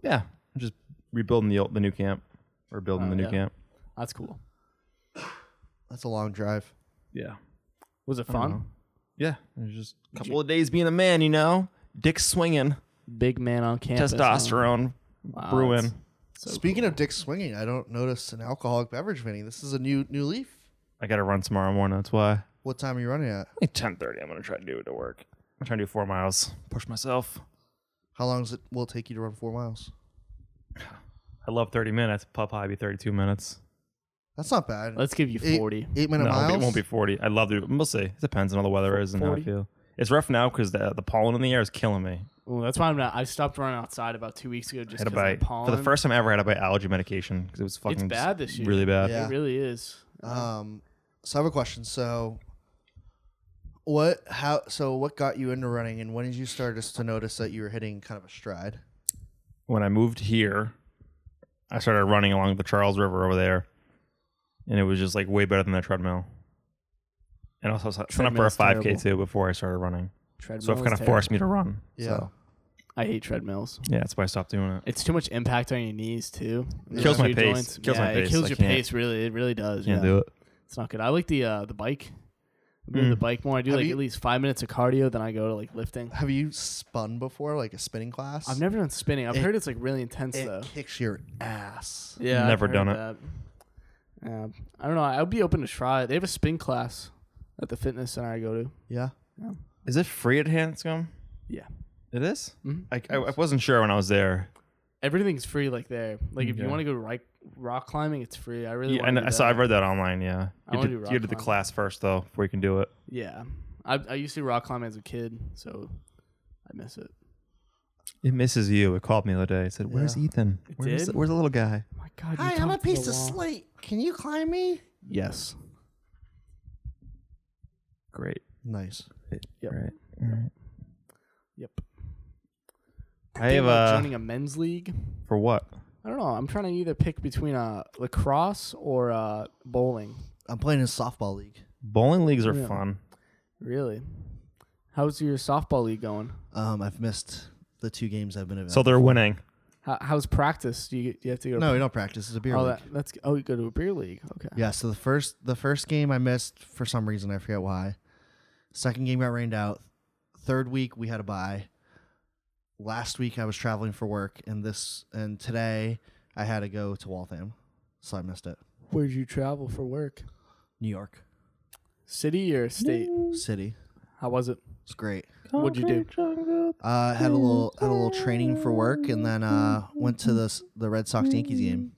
Speaker 3: Yeah, I'm just rebuilding the old, the new camp or building
Speaker 4: Oh,
Speaker 3: the new
Speaker 4: yeah.
Speaker 3: camp.
Speaker 4: That's cool.
Speaker 2: That's a long drive.
Speaker 3: Yeah,
Speaker 4: Was it
Speaker 3: I don't
Speaker 4: fun?
Speaker 3: know. Yeah, it was just a couple of days being a man, you know, dick swinging,
Speaker 4: Big man on campus. huh?
Speaker 3: testosterone
Speaker 4: Wow,
Speaker 3: brewing.
Speaker 4: that's so
Speaker 2: Speaking of dick swinging, I don't notice an alcoholic beverage Vinny. This is a new new leaf.
Speaker 3: I got to run tomorrow morning. That's why.
Speaker 2: What time are you running at?
Speaker 3: Like ten thirty, I'm gonna try to do it to work. I'm trying to do four miles, push myself.
Speaker 2: How long does it will it take you to run four miles?
Speaker 3: I love thirty minutes. Pop high be thirty-two minutes.
Speaker 2: That's not bad.
Speaker 4: cool. Let's give you
Speaker 2: Eight-
Speaker 4: forty.
Speaker 2: Eight minute
Speaker 3: no,
Speaker 2: miles.
Speaker 3: it won't be forty. I love it. We'll see. It depends on how the weather is and how I
Speaker 4: 40?
Speaker 3: feel. It's rough now because the the pollen in the air is killing me.
Speaker 4: Ooh, that's why I'm not. I stopped running outside about two weeks ago just
Speaker 3: had a
Speaker 4: because of
Speaker 3: bite
Speaker 4: the pollen.
Speaker 3: for the first time ever. I had a bite allergy medication because it was fucking just
Speaker 4: bad this year.
Speaker 3: really bad.
Speaker 2: Yeah.
Speaker 4: It really is. Uh,
Speaker 2: Um, so I have a question. So, what? How? So, what got you into running, and when did you start just to notice that you were hitting kind of a stride?
Speaker 3: When I moved here, I started running along the Charles River over there, and it was just like way better than the treadmill. And also, I signed up for a
Speaker 4: Treadmill's
Speaker 3: five k too before I started running,
Speaker 4: Treadmill
Speaker 3: so it
Speaker 4: is
Speaker 3: kind of
Speaker 4: terrible.
Speaker 3: forced me to run.
Speaker 2: Yeah.
Speaker 3: So
Speaker 4: I hate treadmills.
Speaker 3: Yeah, that's why I stopped doing it.
Speaker 4: It's too much impact on your knees too.
Speaker 2: It
Speaker 3: kills my
Speaker 4: Your
Speaker 3: pace.
Speaker 4: joints.
Speaker 3: Kills
Speaker 4: yeah,
Speaker 3: my
Speaker 4: It
Speaker 3: pace.
Speaker 4: kills
Speaker 3: I
Speaker 4: your
Speaker 3: can't.
Speaker 4: pace. Really, it really does.
Speaker 3: Can't
Speaker 4: yeah.
Speaker 3: do it.
Speaker 4: It's not good. I like the uh, the bike. I do
Speaker 3: Mm.
Speaker 4: the bike more. I do
Speaker 2: Have
Speaker 4: like
Speaker 2: you-
Speaker 4: at least five minutes of cardio, then I go to like lifting.
Speaker 2: Have you spun before, like a spinning class?
Speaker 4: I've never done spinning. I've
Speaker 2: It-
Speaker 4: heard it's like really intense
Speaker 2: It
Speaker 4: though.
Speaker 2: kicks your ass.
Speaker 4: Yeah, I've
Speaker 3: Never
Speaker 4: heard
Speaker 3: done it.
Speaker 4: that. Yeah, I don't know. I would be open to try it. They have a spin class at the fitness center I go to.
Speaker 2: Yeah.
Speaker 3: Is it free at Hanscom?
Speaker 4: Yeah.
Speaker 3: It is?
Speaker 4: Mhm.
Speaker 3: I, I, I wasn't sure when I was there.
Speaker 4: Everything's free like there. Like if you
Speaker 3: Okay.
Speaker 4: want to go rock, rock climbing, it's free. I really
Speaker 3: Yeah,
Speaker 4: want
Speaker 3: and
Speaker 4: to.
Speaker 3: I saw I read that online. Yeah,
Speaker 4: I
Speaker 3: you
Speaker 4: wanna
Speaker 3: did,
Speaker 4: do
Speaker 3: you
Speaker 4: rock
Speaker 3: did the
Speaker 4: climbing.
Speaker 3: class first though before you can do it.
Speaker 4: Yeah, I I used to rock climb as a kid, so I miss it.
Speaker 3: It misses you. It called me the other day. It said, "Where's Ethan? Where's
Speaker 4: did?
Speaker 3: the, where's the little guy?"
Speaker 4: my God,
Speaker 2: Hi, I'm a piece of slate. Can you climb me?
Speaker 4: Yes.
Speaker 3: Great.
Speaker 2: Nice.
Speaker 4: Yep.
Speaker 3: Right.
Speaker 4: Yep.
Speaker 3: I
Speaker 4: Think
Speaker 3: have
Speaker 4: about
Speaker 3: uh,
Speaker 4: joining a men's league.
Speaker 3: for what?
Speaker 4: I don't know. I'm trying to either pick between uh, lacrosse or uh, bowling.
Speaker 2: I'm playing in softball league.
Speaker 3: Bowling leagues are
Speaker 4: Yeah.
Speaker 3: fun.
Speaker 4: Really? How's your softball league going?
Speaker 2: Um, I've missed the two games I've been at.
Speaker 3: So they're winning.
Speaker 4: How, how's practice? Do you, do you have to go?
Speaker 2: no, we don't practice. It's a beer
Speaker 4: oh,
Speaker 2: league.
Speaker 4: that, that's oh, you go to a beer league. Okay.
Speaker 2: Yeah, so the first the first game I missed for some reason, I forget why. Second game got rained out. Third week we had a bye. Last week I was traveling for work and this and today I had to go to Waltham. So I missed it.
Speaker 4: Where'd you travel for work?
Speaker 2: New York
Speaker 4: City or state?
Speaker 2: City.
Speaker 4: How was it?
Speaker 2: It's great.
Speaker 4: What'd you do?
Speaker 2: Uh had a little had a little training for work and then uh went to the s- the Red Sox Yankees game.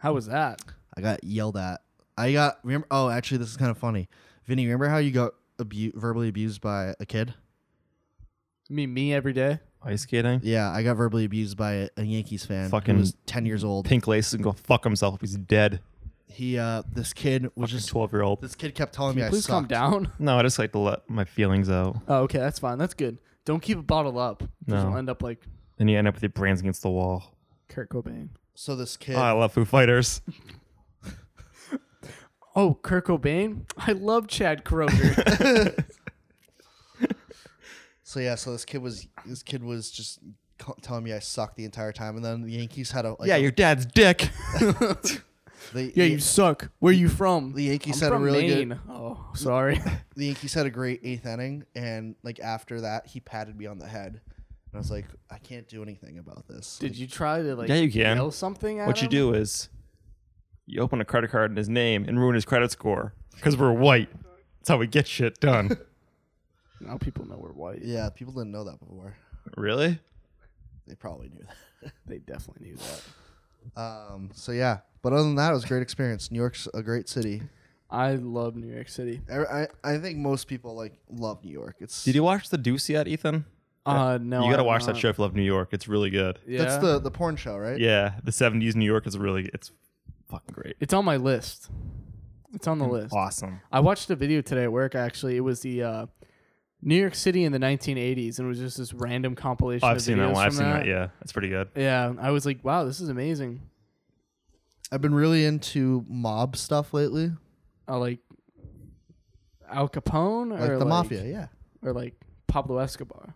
Speaker 4: How was that?
Speaker 2: I got yelled at. I got remember oh actually this is kind of funny. Vinny, remember how you got abu- verbally abused by a kid?
Speaker 4: You mean me every day?
Speaker 3: Ice skating.
Speaker 2: Yeah, I got verbally abused by a, a Yankees fan.
Speaker 3: Fucking
Speaker 2: who was ten years old.
Speaker 3: Pink laces and go fuck himself. He's dead.
Speaker 2: He, uh, this kid was just.
Speaker 3: Twelve year old.
Speaker 2: This kid kept telling me I
Speaker 4: Please calm
Speaker 2: sucked.
Speaker 4: down. (laughs)
Speaker 3: No, I just like to let my feelings out.
Speaker 4: Oh, okay, that's fine. That's good. Don't keep a bottle up.
Speaker 3: No.
Speaker 4: No. You'll end up like
Speaker 3: Then you end up with your brains against the wall.
Speaker 4: Kurt Cobain.
Speaker 2: So this kid,
Speaker 3: Oh, I love Foo Fighters.
Speaker 4: Oh, Kurt Cobain? (laughs) I love Chad
Speaker 2: (laughs)
Speaker 4: Kroger.
Speaker 2: so yeah, so this kid was this kid was just ca- telling me I sucked the entire time, and then the Yankees had a like,
Speaker 3: (laughs) yeah, your dad's dick.
Speaker 2: the,
Speaker 4: yeah, you suck. Where you from?
Speaker 2: the
Speaker 4: I'm
Speaker 2: Yankees had a
Speaker 4: from
Speaker 2: really
Speaker 4: Maine.
Speaker 2: good
Speaker 4: Oh, sorry. (laughs)
Speaker 2: the Yankees had a great eighth inning, and like after that, he patted me on the head, and I was like, I can't do anything about this.
Speaker 4: Did you try to like
Speaker 3: Yeah, you can.
Speaker 4: yell something at
Speaker 3: what you
Speaker 4: him?
Speaker 3: do is you open a credit card in his name and ruin his credit score because we're white. That's how we get shit (laughs) done.
Speaker 4: Now people know we're white.
Speaker 2: yeah, people didn't know that before.
Speaker 3: really?
Speaker 2: They probably knew that.
Speaker 4: They definitely knew that.
Speaker 2: Um, so yeah, but other than that, it was a great experience. New York's a great city.
Speaker 4: I love New York City.
Speaker 2: I, I I think most people like love New York. It's
Speaker 3: Did you watch The Deuce yet, Ethan?
Speaker 4: Uh no.
Speaker 3: you gotta
Speaker 4: I'm
Speaker 3: watch that
Speaker 4: not.
Speaker 3: show if you love New York. It's really good.
Speaker 4: Yeah.
Speaker 2: that's the the porn show, right?
Speaker 3: Yeah, the '70s New York is really it's fucking great.
Speaker 4: It's on my list. It's on the list.
Speaker 3: Awesome.
Speaker 4: I watched a video today at work. Actually, it was the uh, New York City in the 1980s, and it was just this random compilation.
Speaker 3: Oh, I've
Speaker 4: of
Speaker 3: seen that
Speaker 4: videos
Speaker 3: one. I've
Speaker 4: from
Speaker 3: seen that. Yeah, that's pretty good.
Speaker 4: Yeah, I was like, wow, this is amazing.
Speaker 2: I've been really into mob stuff lately,
Speaker 4: I Uh, like Al Capone or
Speaker 2: like the mafia. Yeah,
Speaker 4: or like Pablo Escobar.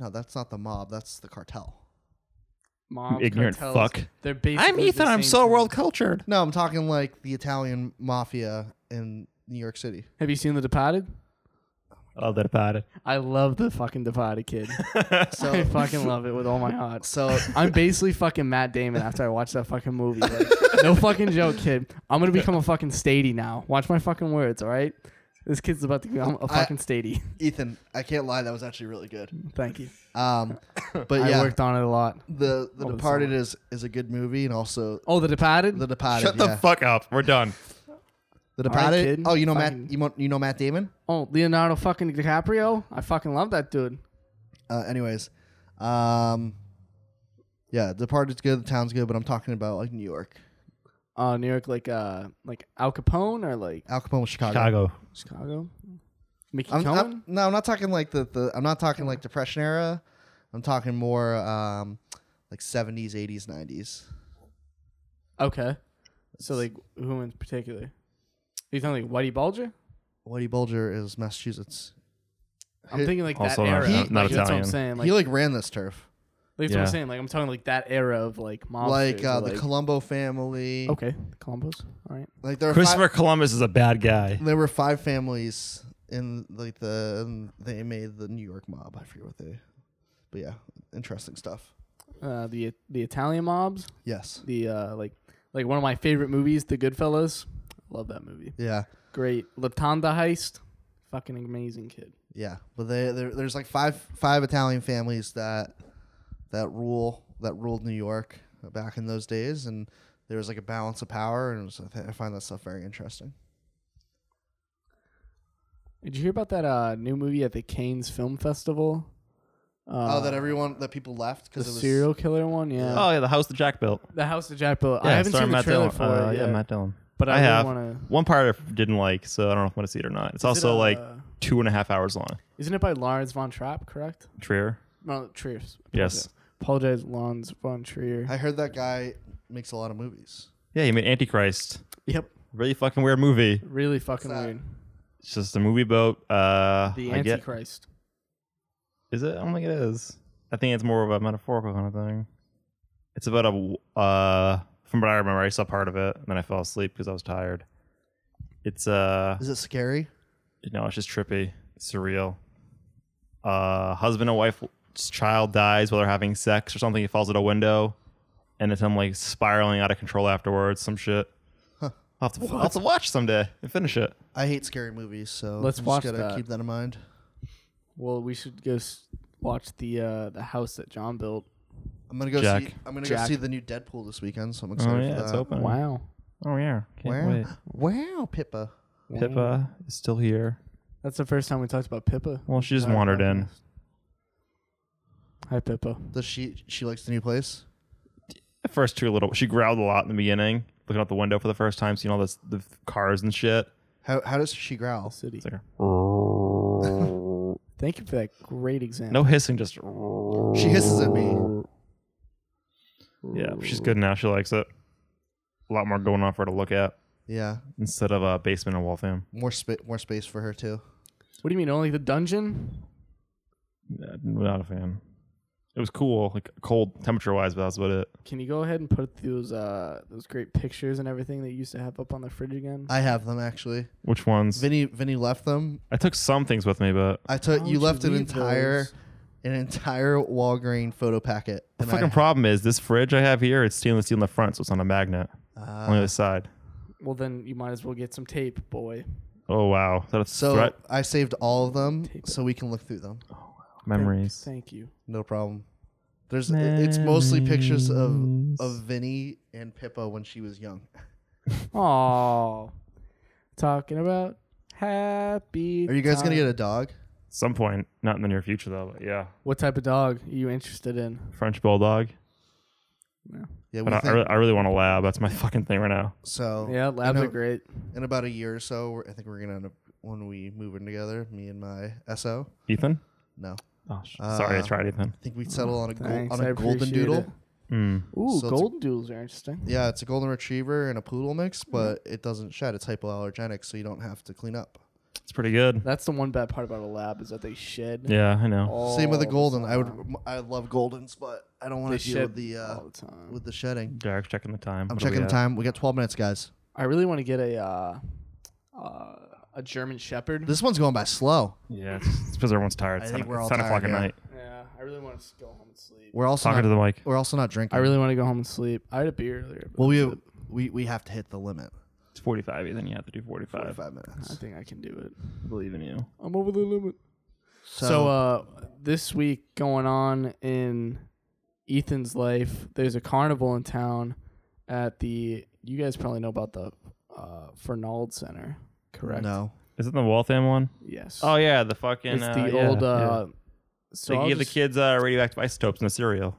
Speaker 2: no, that's not the mob. That's the cartel.
Speaker 4: Mom,
Speaker 3: ignorant
Speaker 4: cartels,
Speaker 3: fuck.
Speaker 4: They're basically the same thing.
Speaker 3: cultured.
Speaker 2: No, I'm talking like the Italian mafia in New York City.
Speaker 4: Have you seen The Departed?
Speaker 3: Oh, that about it.
Speaker 4: I love the fucking
Speaker 3: (laughs)
Speaker 4: Departed kid. I
Speaker 2: So
Speaker 4: fucking love it with all my heart.
Speaker 2: so
Speaker 4: I'm basically fucking Matt Damon after I watch that fucking movie. Like, no fucking joke, kid. I'm gonna become a fucking statey now. Watch my fucking words, all right? This kid's about to become a
Speaker 2: I-
Speaker 4: fucking statey.
Speaker 2: Ethan, I can't lie, that was actually really good.
Speaker 4: (laughs) Thank you.
Speaker 2: Um, but
Speaker 4: I
Speaker 2: yeah,
Speaker 4: worked on it a lot.
Speaker 2: the the
Speaker 4: Oh, that's
Speaker 2: Departed
Speaker 4: all.
Speaker 2: is is a good movie, and also
Speaker 4: Oh, The Departed.
Speaker 2: the Departed.
Speaker 3: Shut
Speaker 2: yeah.
Speaker 3: the fuck up. We're done.
Speaker 2: The
Speaker 4: right,
Speaker 2: Departed.
Speaker 4: kid.
Speaker 2: oh, you know
Speaker 4: Fucking-
Speaker 2: Matt. You, mo- you know Matt Damon.
Speaker 4: oh, Leonardo fucking DiCaprio. I fucking love that dude.
Speaker 2: uh, anyways, um, yeah, Departed's good, the town's good, but I'm talking about like New York,
Speaker 4: Uh, New York, like uh, like Al Capone or like
Speaker 2: Al Capone, Chicago.
Speaker 3: Chicago.
Speaker 4: Chicago. Mickey
Speaker 2: I'm,
Speaker 4: Cohen.
Speaker 2: I'm- no, I'm not talking like the, the I'm not talking like Depression era. I'm talking more um, like 70s, 80s, 90s.
Speaker 4: okay. So like who in particular? You talking like Whitey Bulger?
Speaker 2: Whitey Bulger is Massachusetts.
Speaker 4: I'm
Speaker 2: He-
Speaker 4: thinking like that
Speaker 3: also not-
Speaker 4: era.
Speaker 2: not-
Speaker 4: like,
Speaker 2: not
Speaker 4: That's what I'm
Speaker 3: Italian.
Speaker 4: saying. Like,
Speaker 2: he like ran this turf,
Speaker 4: that's what
Speaker 3: Yeah.
Speaker 4: I'm saying. Like I'm talking like that era of like mobsters.
Speaker 2: like uh,
Speaker 4: or,
Speaker 2: the Colombo family.
Speaker 4: okay, Columbus. All right.
Speaker 2: Like there were
Speaker 3: Christopher
Speaker 2: five,
Speaker 3: Columbus is a bad guy.
Speaker 2: there were five families in like the and they made the New York mob. I forget what they, but yeah, interesting stuff.
Speaker 4: Uh, the the Italian mobs.
Speaker 2: Yes.
Speaker 4: The uh, like like one of my favorite movies, The Goodfellas. Love that movie.
Speaker 2: Yeah.
Speaker 4: Great. Latonda heist. Fucking amazing kid.
Speaker 2: Yeah, but they, there there's like five five Italian families that that rule that ruled New York back in those days, and there was like a balance of power, and it was, I, thi- I find that stuff very interesting.
Speaker 4: Did you hear about that uh, new movie at the Cannes Film Festival? Uh,
Speaker 2: oh, that everyone that people left
Speaker 4: the
Speaker 2: because it was
Speaker 4: serial killer one. Yeah.
Speaker 3: Oh yeah, the house that Jack built.
Speaker 4: The House of Jack Bill. I
Speaker 3: Yeah,
Speaker 4: haven't
Speaker 3: starring
Speaker 4: seen the
Speaker 3: Matt
Speaker 4: trailer
Speaker 3: Dillon.
Speaker 4: for
Speaker 3: Uh,
Speaker 4: it.
Speaker 3: yeah,
Speaker 4: yet,
Speaker 3: Matt Dillon.
Speaker 4: But I,
Speaker 3: I
Speaker 4: really
Speaker 3: have.
Speaker 4: Wanna,
Speaker 3: One part I didn't like, so I don't know if I want to see it or not. It's
Speaker 4: Is it,
Speaker 3: also like
Speaker 4: uh,
Speaker 3: two and a half hours long.
Speaker 4: Isn't it by Lawrence von Trapp, correct?
Speaker 3: Trier.
Speaker 4: No, Trier. Apologize.
Speaker 3: Yes.
Speaker 4: Apologize, Lawrence von Trier.
Speaker 2: I heard that guy makes a lot of movies.
Speaker 3: Yeah, he made Antichrist.
Speaker 4: yep.
Speaker 3: Really fucking weird movie.
Speaker 4: Really fucking
Speaker 2: What's that?
Speaker 4: weird.
Speaker 3: It's just a movie about uh
Speaker 4: The
Speaker 3: I get-
Speaker 4: Antichrist.
Speaker 3: Is it? I don't think it is. I think it's more of a metaphorical kind of thing. It's about a w- uh from what I remember, I saw part of it and then I fell asleep because I was tired. It's uh
Speaker 2: Is it scary?
Speaker 3: you know, it's just trippy, surreal. Uh, husband and wife, child dies while they're having sex or something. He falls out a window, and it's him like spiraling out of control afterwards. Some shit. I'll, have to, I'll have to watch someday and finish it.
Speaker 2: I hate scary movies, so
Speaker 4: Let's
Speaker 2: I'm
Speaker 4: watch
Speaker 2: just gotta
Speaker 4: that.
Speaker 2: keep that in mind.
Speaker 4: Well, we should go s- watch the uh, the house that John built.
Speaker 2: I'm gonna go
Speaker 3: Jack.
Speaker 2: see. I'm gonna go
Speaker 4: Jack.
Speaker 2: see the new Deadpool this weekend, so uh, I'm
Speaker 3: Oh
Speaker 2: excited
Speaker 3: yeah,
Speaker 2: for
Speaker 3: it's
Speaker 2: that.
Speaker 3: open.
Speaker 4: Wow.
Speaker 3: Oh yeah. Can't
Speaker 2: Wow,
Speaker 3: wait.
Speaker 2: wow, Pippa.
Speaker 3: Pippa is still here.
Speaker 4: That's the first time we talked about Pippa.
Speaker 3: Well, she just
Speaker 4: Hi,
Speaker 3: wandered
Speaker 4: Pippa.
Speaker 3: in.
Speaker 4: Hi, Pippa.
Speaker 2: Does she? She likes the new place.
Speaker 3: The first two little. She growled a lot in the beginning, looking out the window for the first time, seeing all this the cars and shit.
Speaker 2: How how does she growl?
Speaker 4: City.
Speaker 2: (laughs)
Speaker 3: It's like
Speaker 4: Thank you for that great example.
Speaker 3: no hissing, just
Speaker 2: She hisses at me.
Speaker 3: yeah. She's good now. She likes it. A lot more going on for her to look at.
Speaker 2: Yeah,
Speaker 3: instead of a basement and Waltham.
Speaker 2: more spa- more space for her too.
Speaker 4: What do you mean? Only the dungeon?
Speaker 3: Not a fan. It was cool, like cold temperature wise, but that's about it.
Speaker 4: Can you go ahead and put those uh those great pictures and everything that you used to have up on the fridge again?
Speaker 2: I have them actually.
Speaker 3: Which ones?
Speaker 2: Vinny Vinny left them.
Speaker 3: I took some things with me, but
Speaker 2: I took
Speaker 4: Why
Speaker 2: you
Speaker 4: would
Speaker 2: left an
Speaker 4: leave
Speaker 2: entire
Speaker 4: those?
Speaker 2: an entire Walgreen photo packet.
Speaker 3: the
Speaker 2: and
Speaker 3: fucking
Speaker 2: I-
Speaker 3: problem is this fridge I have here. It's stainless steel in the front, so it's on a magnet on
Speaker 2: Uh,
Speaker 3: the other side.
Speaker 4: Well, then you might as well get some tape, boy.
Speaker 3: Oh wow, that's
Speaker 2: so
Speaker 3: threat
Speaker 2: I saved all of them
Speaker 4: Tape it.
Speaker 2: so we can look through them.
Speaker 3: memories.
Speaker 4: Thank you.
Speaker 2: No problem. There's i- it's mostly pictures of of Vinny and Pippa when she was young.
Speaker 4: Oh, talking about happy.
Speaker 2: Are you guys gonna
Speaker 4: time.
Speaker 2: get a dog?
Speaker 3: Some point, not in the near future though. But yeah,
Speaker 4: What type of dog are you interested in?
Speaker 3: French bulldog.
Speaker 2: Yeah, we
Speaker 3: But I,
Speaker 2: think
Speaker 3: I, really, I really want a lab. That's my fucking thing right now.
Speaker 2: so.
Speaker 4: Yeah, labs
Speaker 2: Oh, know-
Speaker 4: are great.
Speaker 2: In about a year or so, we're- I think we're gonna end up when we move in together. Me and my SO.
Speaker 3: Ethan.
Speaker 2: No,
Speaker 3: Oh, sh- sorry, I
Speaker 2: Uh,
Speaker 3: tried Ethan.
Speaker 2: I think we settle on a gold,
Speaker 4: Thanks,
Speaker 2: on
Speaker 4: I
Speaker 2: a golden
Speaker 4: appreciate
Speaker 2: doodle.
Speaker 4: it.
Speaker 3: Mm.
Speaker 4: Ooh,
Speaker 2: So it's a-
Speaker 4: golden doodles are interesting.
Speaker 2: Yeah, it's a golden retriever and a poodle mix, but it doesn't shed. It's hypoallergenic, so you don't have to clean up.
Speaker 3: It's pretty good.
Speaker 4: That's the one bad part about a lab is that they shed.
Speaker 3: Yeah, I know.
Speaker 2: Same with a
Speaker 4: all
Speaker 2: golden. I would,
Speaker 4: time.
Speaker 2: I love goldens, but I don't
Speaker 4: They
Speaker 2: want to deal
Speaker 4: shed Oh,
Speaker 2: with the uh,
Speaker 4: all the time.
Speaker 2: with the shedding.
Speaker 3: Derek's checking the time.
Speaker 2: I'm
Speaker 3: What are we
Speaker 2: checking the
Speaker 3: at?
Speaker 2: time. We got 12 minutes, guys.
Speaker 4: I really want to get a uh, uh, a German Shepherd.
Speaker 2: This one's going by slow.
Speaker 3: Yeah, it's, it's because everyone's tired.
Speaker 2: I
Speaker 3: It's
Speaker 2: think
Speaker 3: 10,
Speaker 2: we're all
Speaker 3: it's 10 o'clock
Speaker 2: tired,
Speaker 3: at
Speaker 2: yeah.
Speaker 3: night.
Speaker 4: yeah, I really want to go home and sleep.
Speaker 2: We're also
Speaker 3: Talking to
Speaker 2: not,
Speaker 3: the mic.
Speaker 2: we're also not drinking.
Speaker 4: I really want to go home and sleep. I had a beer earlier. but
Speaker 2: well, we,
Speaker 4: that's it.
Speaker 2: we we have to hit the limit.
Speaker 3: It's 45, then you have to do 45.
Speaker 2: 45
Speaker 4: I
Speaker 2: minutes.
Speaker 4: think I can do it.
Speaker 3: I believe in you.
Speaker 4: I'm over the limit.
Speaker 2: So,
Speaker 4: So, uh, this week going on in Ethan's life, there's a carnival in town at the. You guys probably know about the uh, Fernald Center, correct?
Speaker 2: no,
Speaker 3: Is it the Waltham one?
Speaker 4: Yes.
Speaker 3: Oh, yeah, the fucking.
Speaker 4: It's
Speaker 3: uh,
Speaker 4: the
Speaker 3: yeah,
Speaker 4: old.
Speaker 3: yeah.
Speaker 4: Uh, So
Speaker 3: they
Speaker 4: I'll
Speaker 3: give the
Speaker 4: just-
Speaker 3: kids uh, radioactive isotopes in the cereal.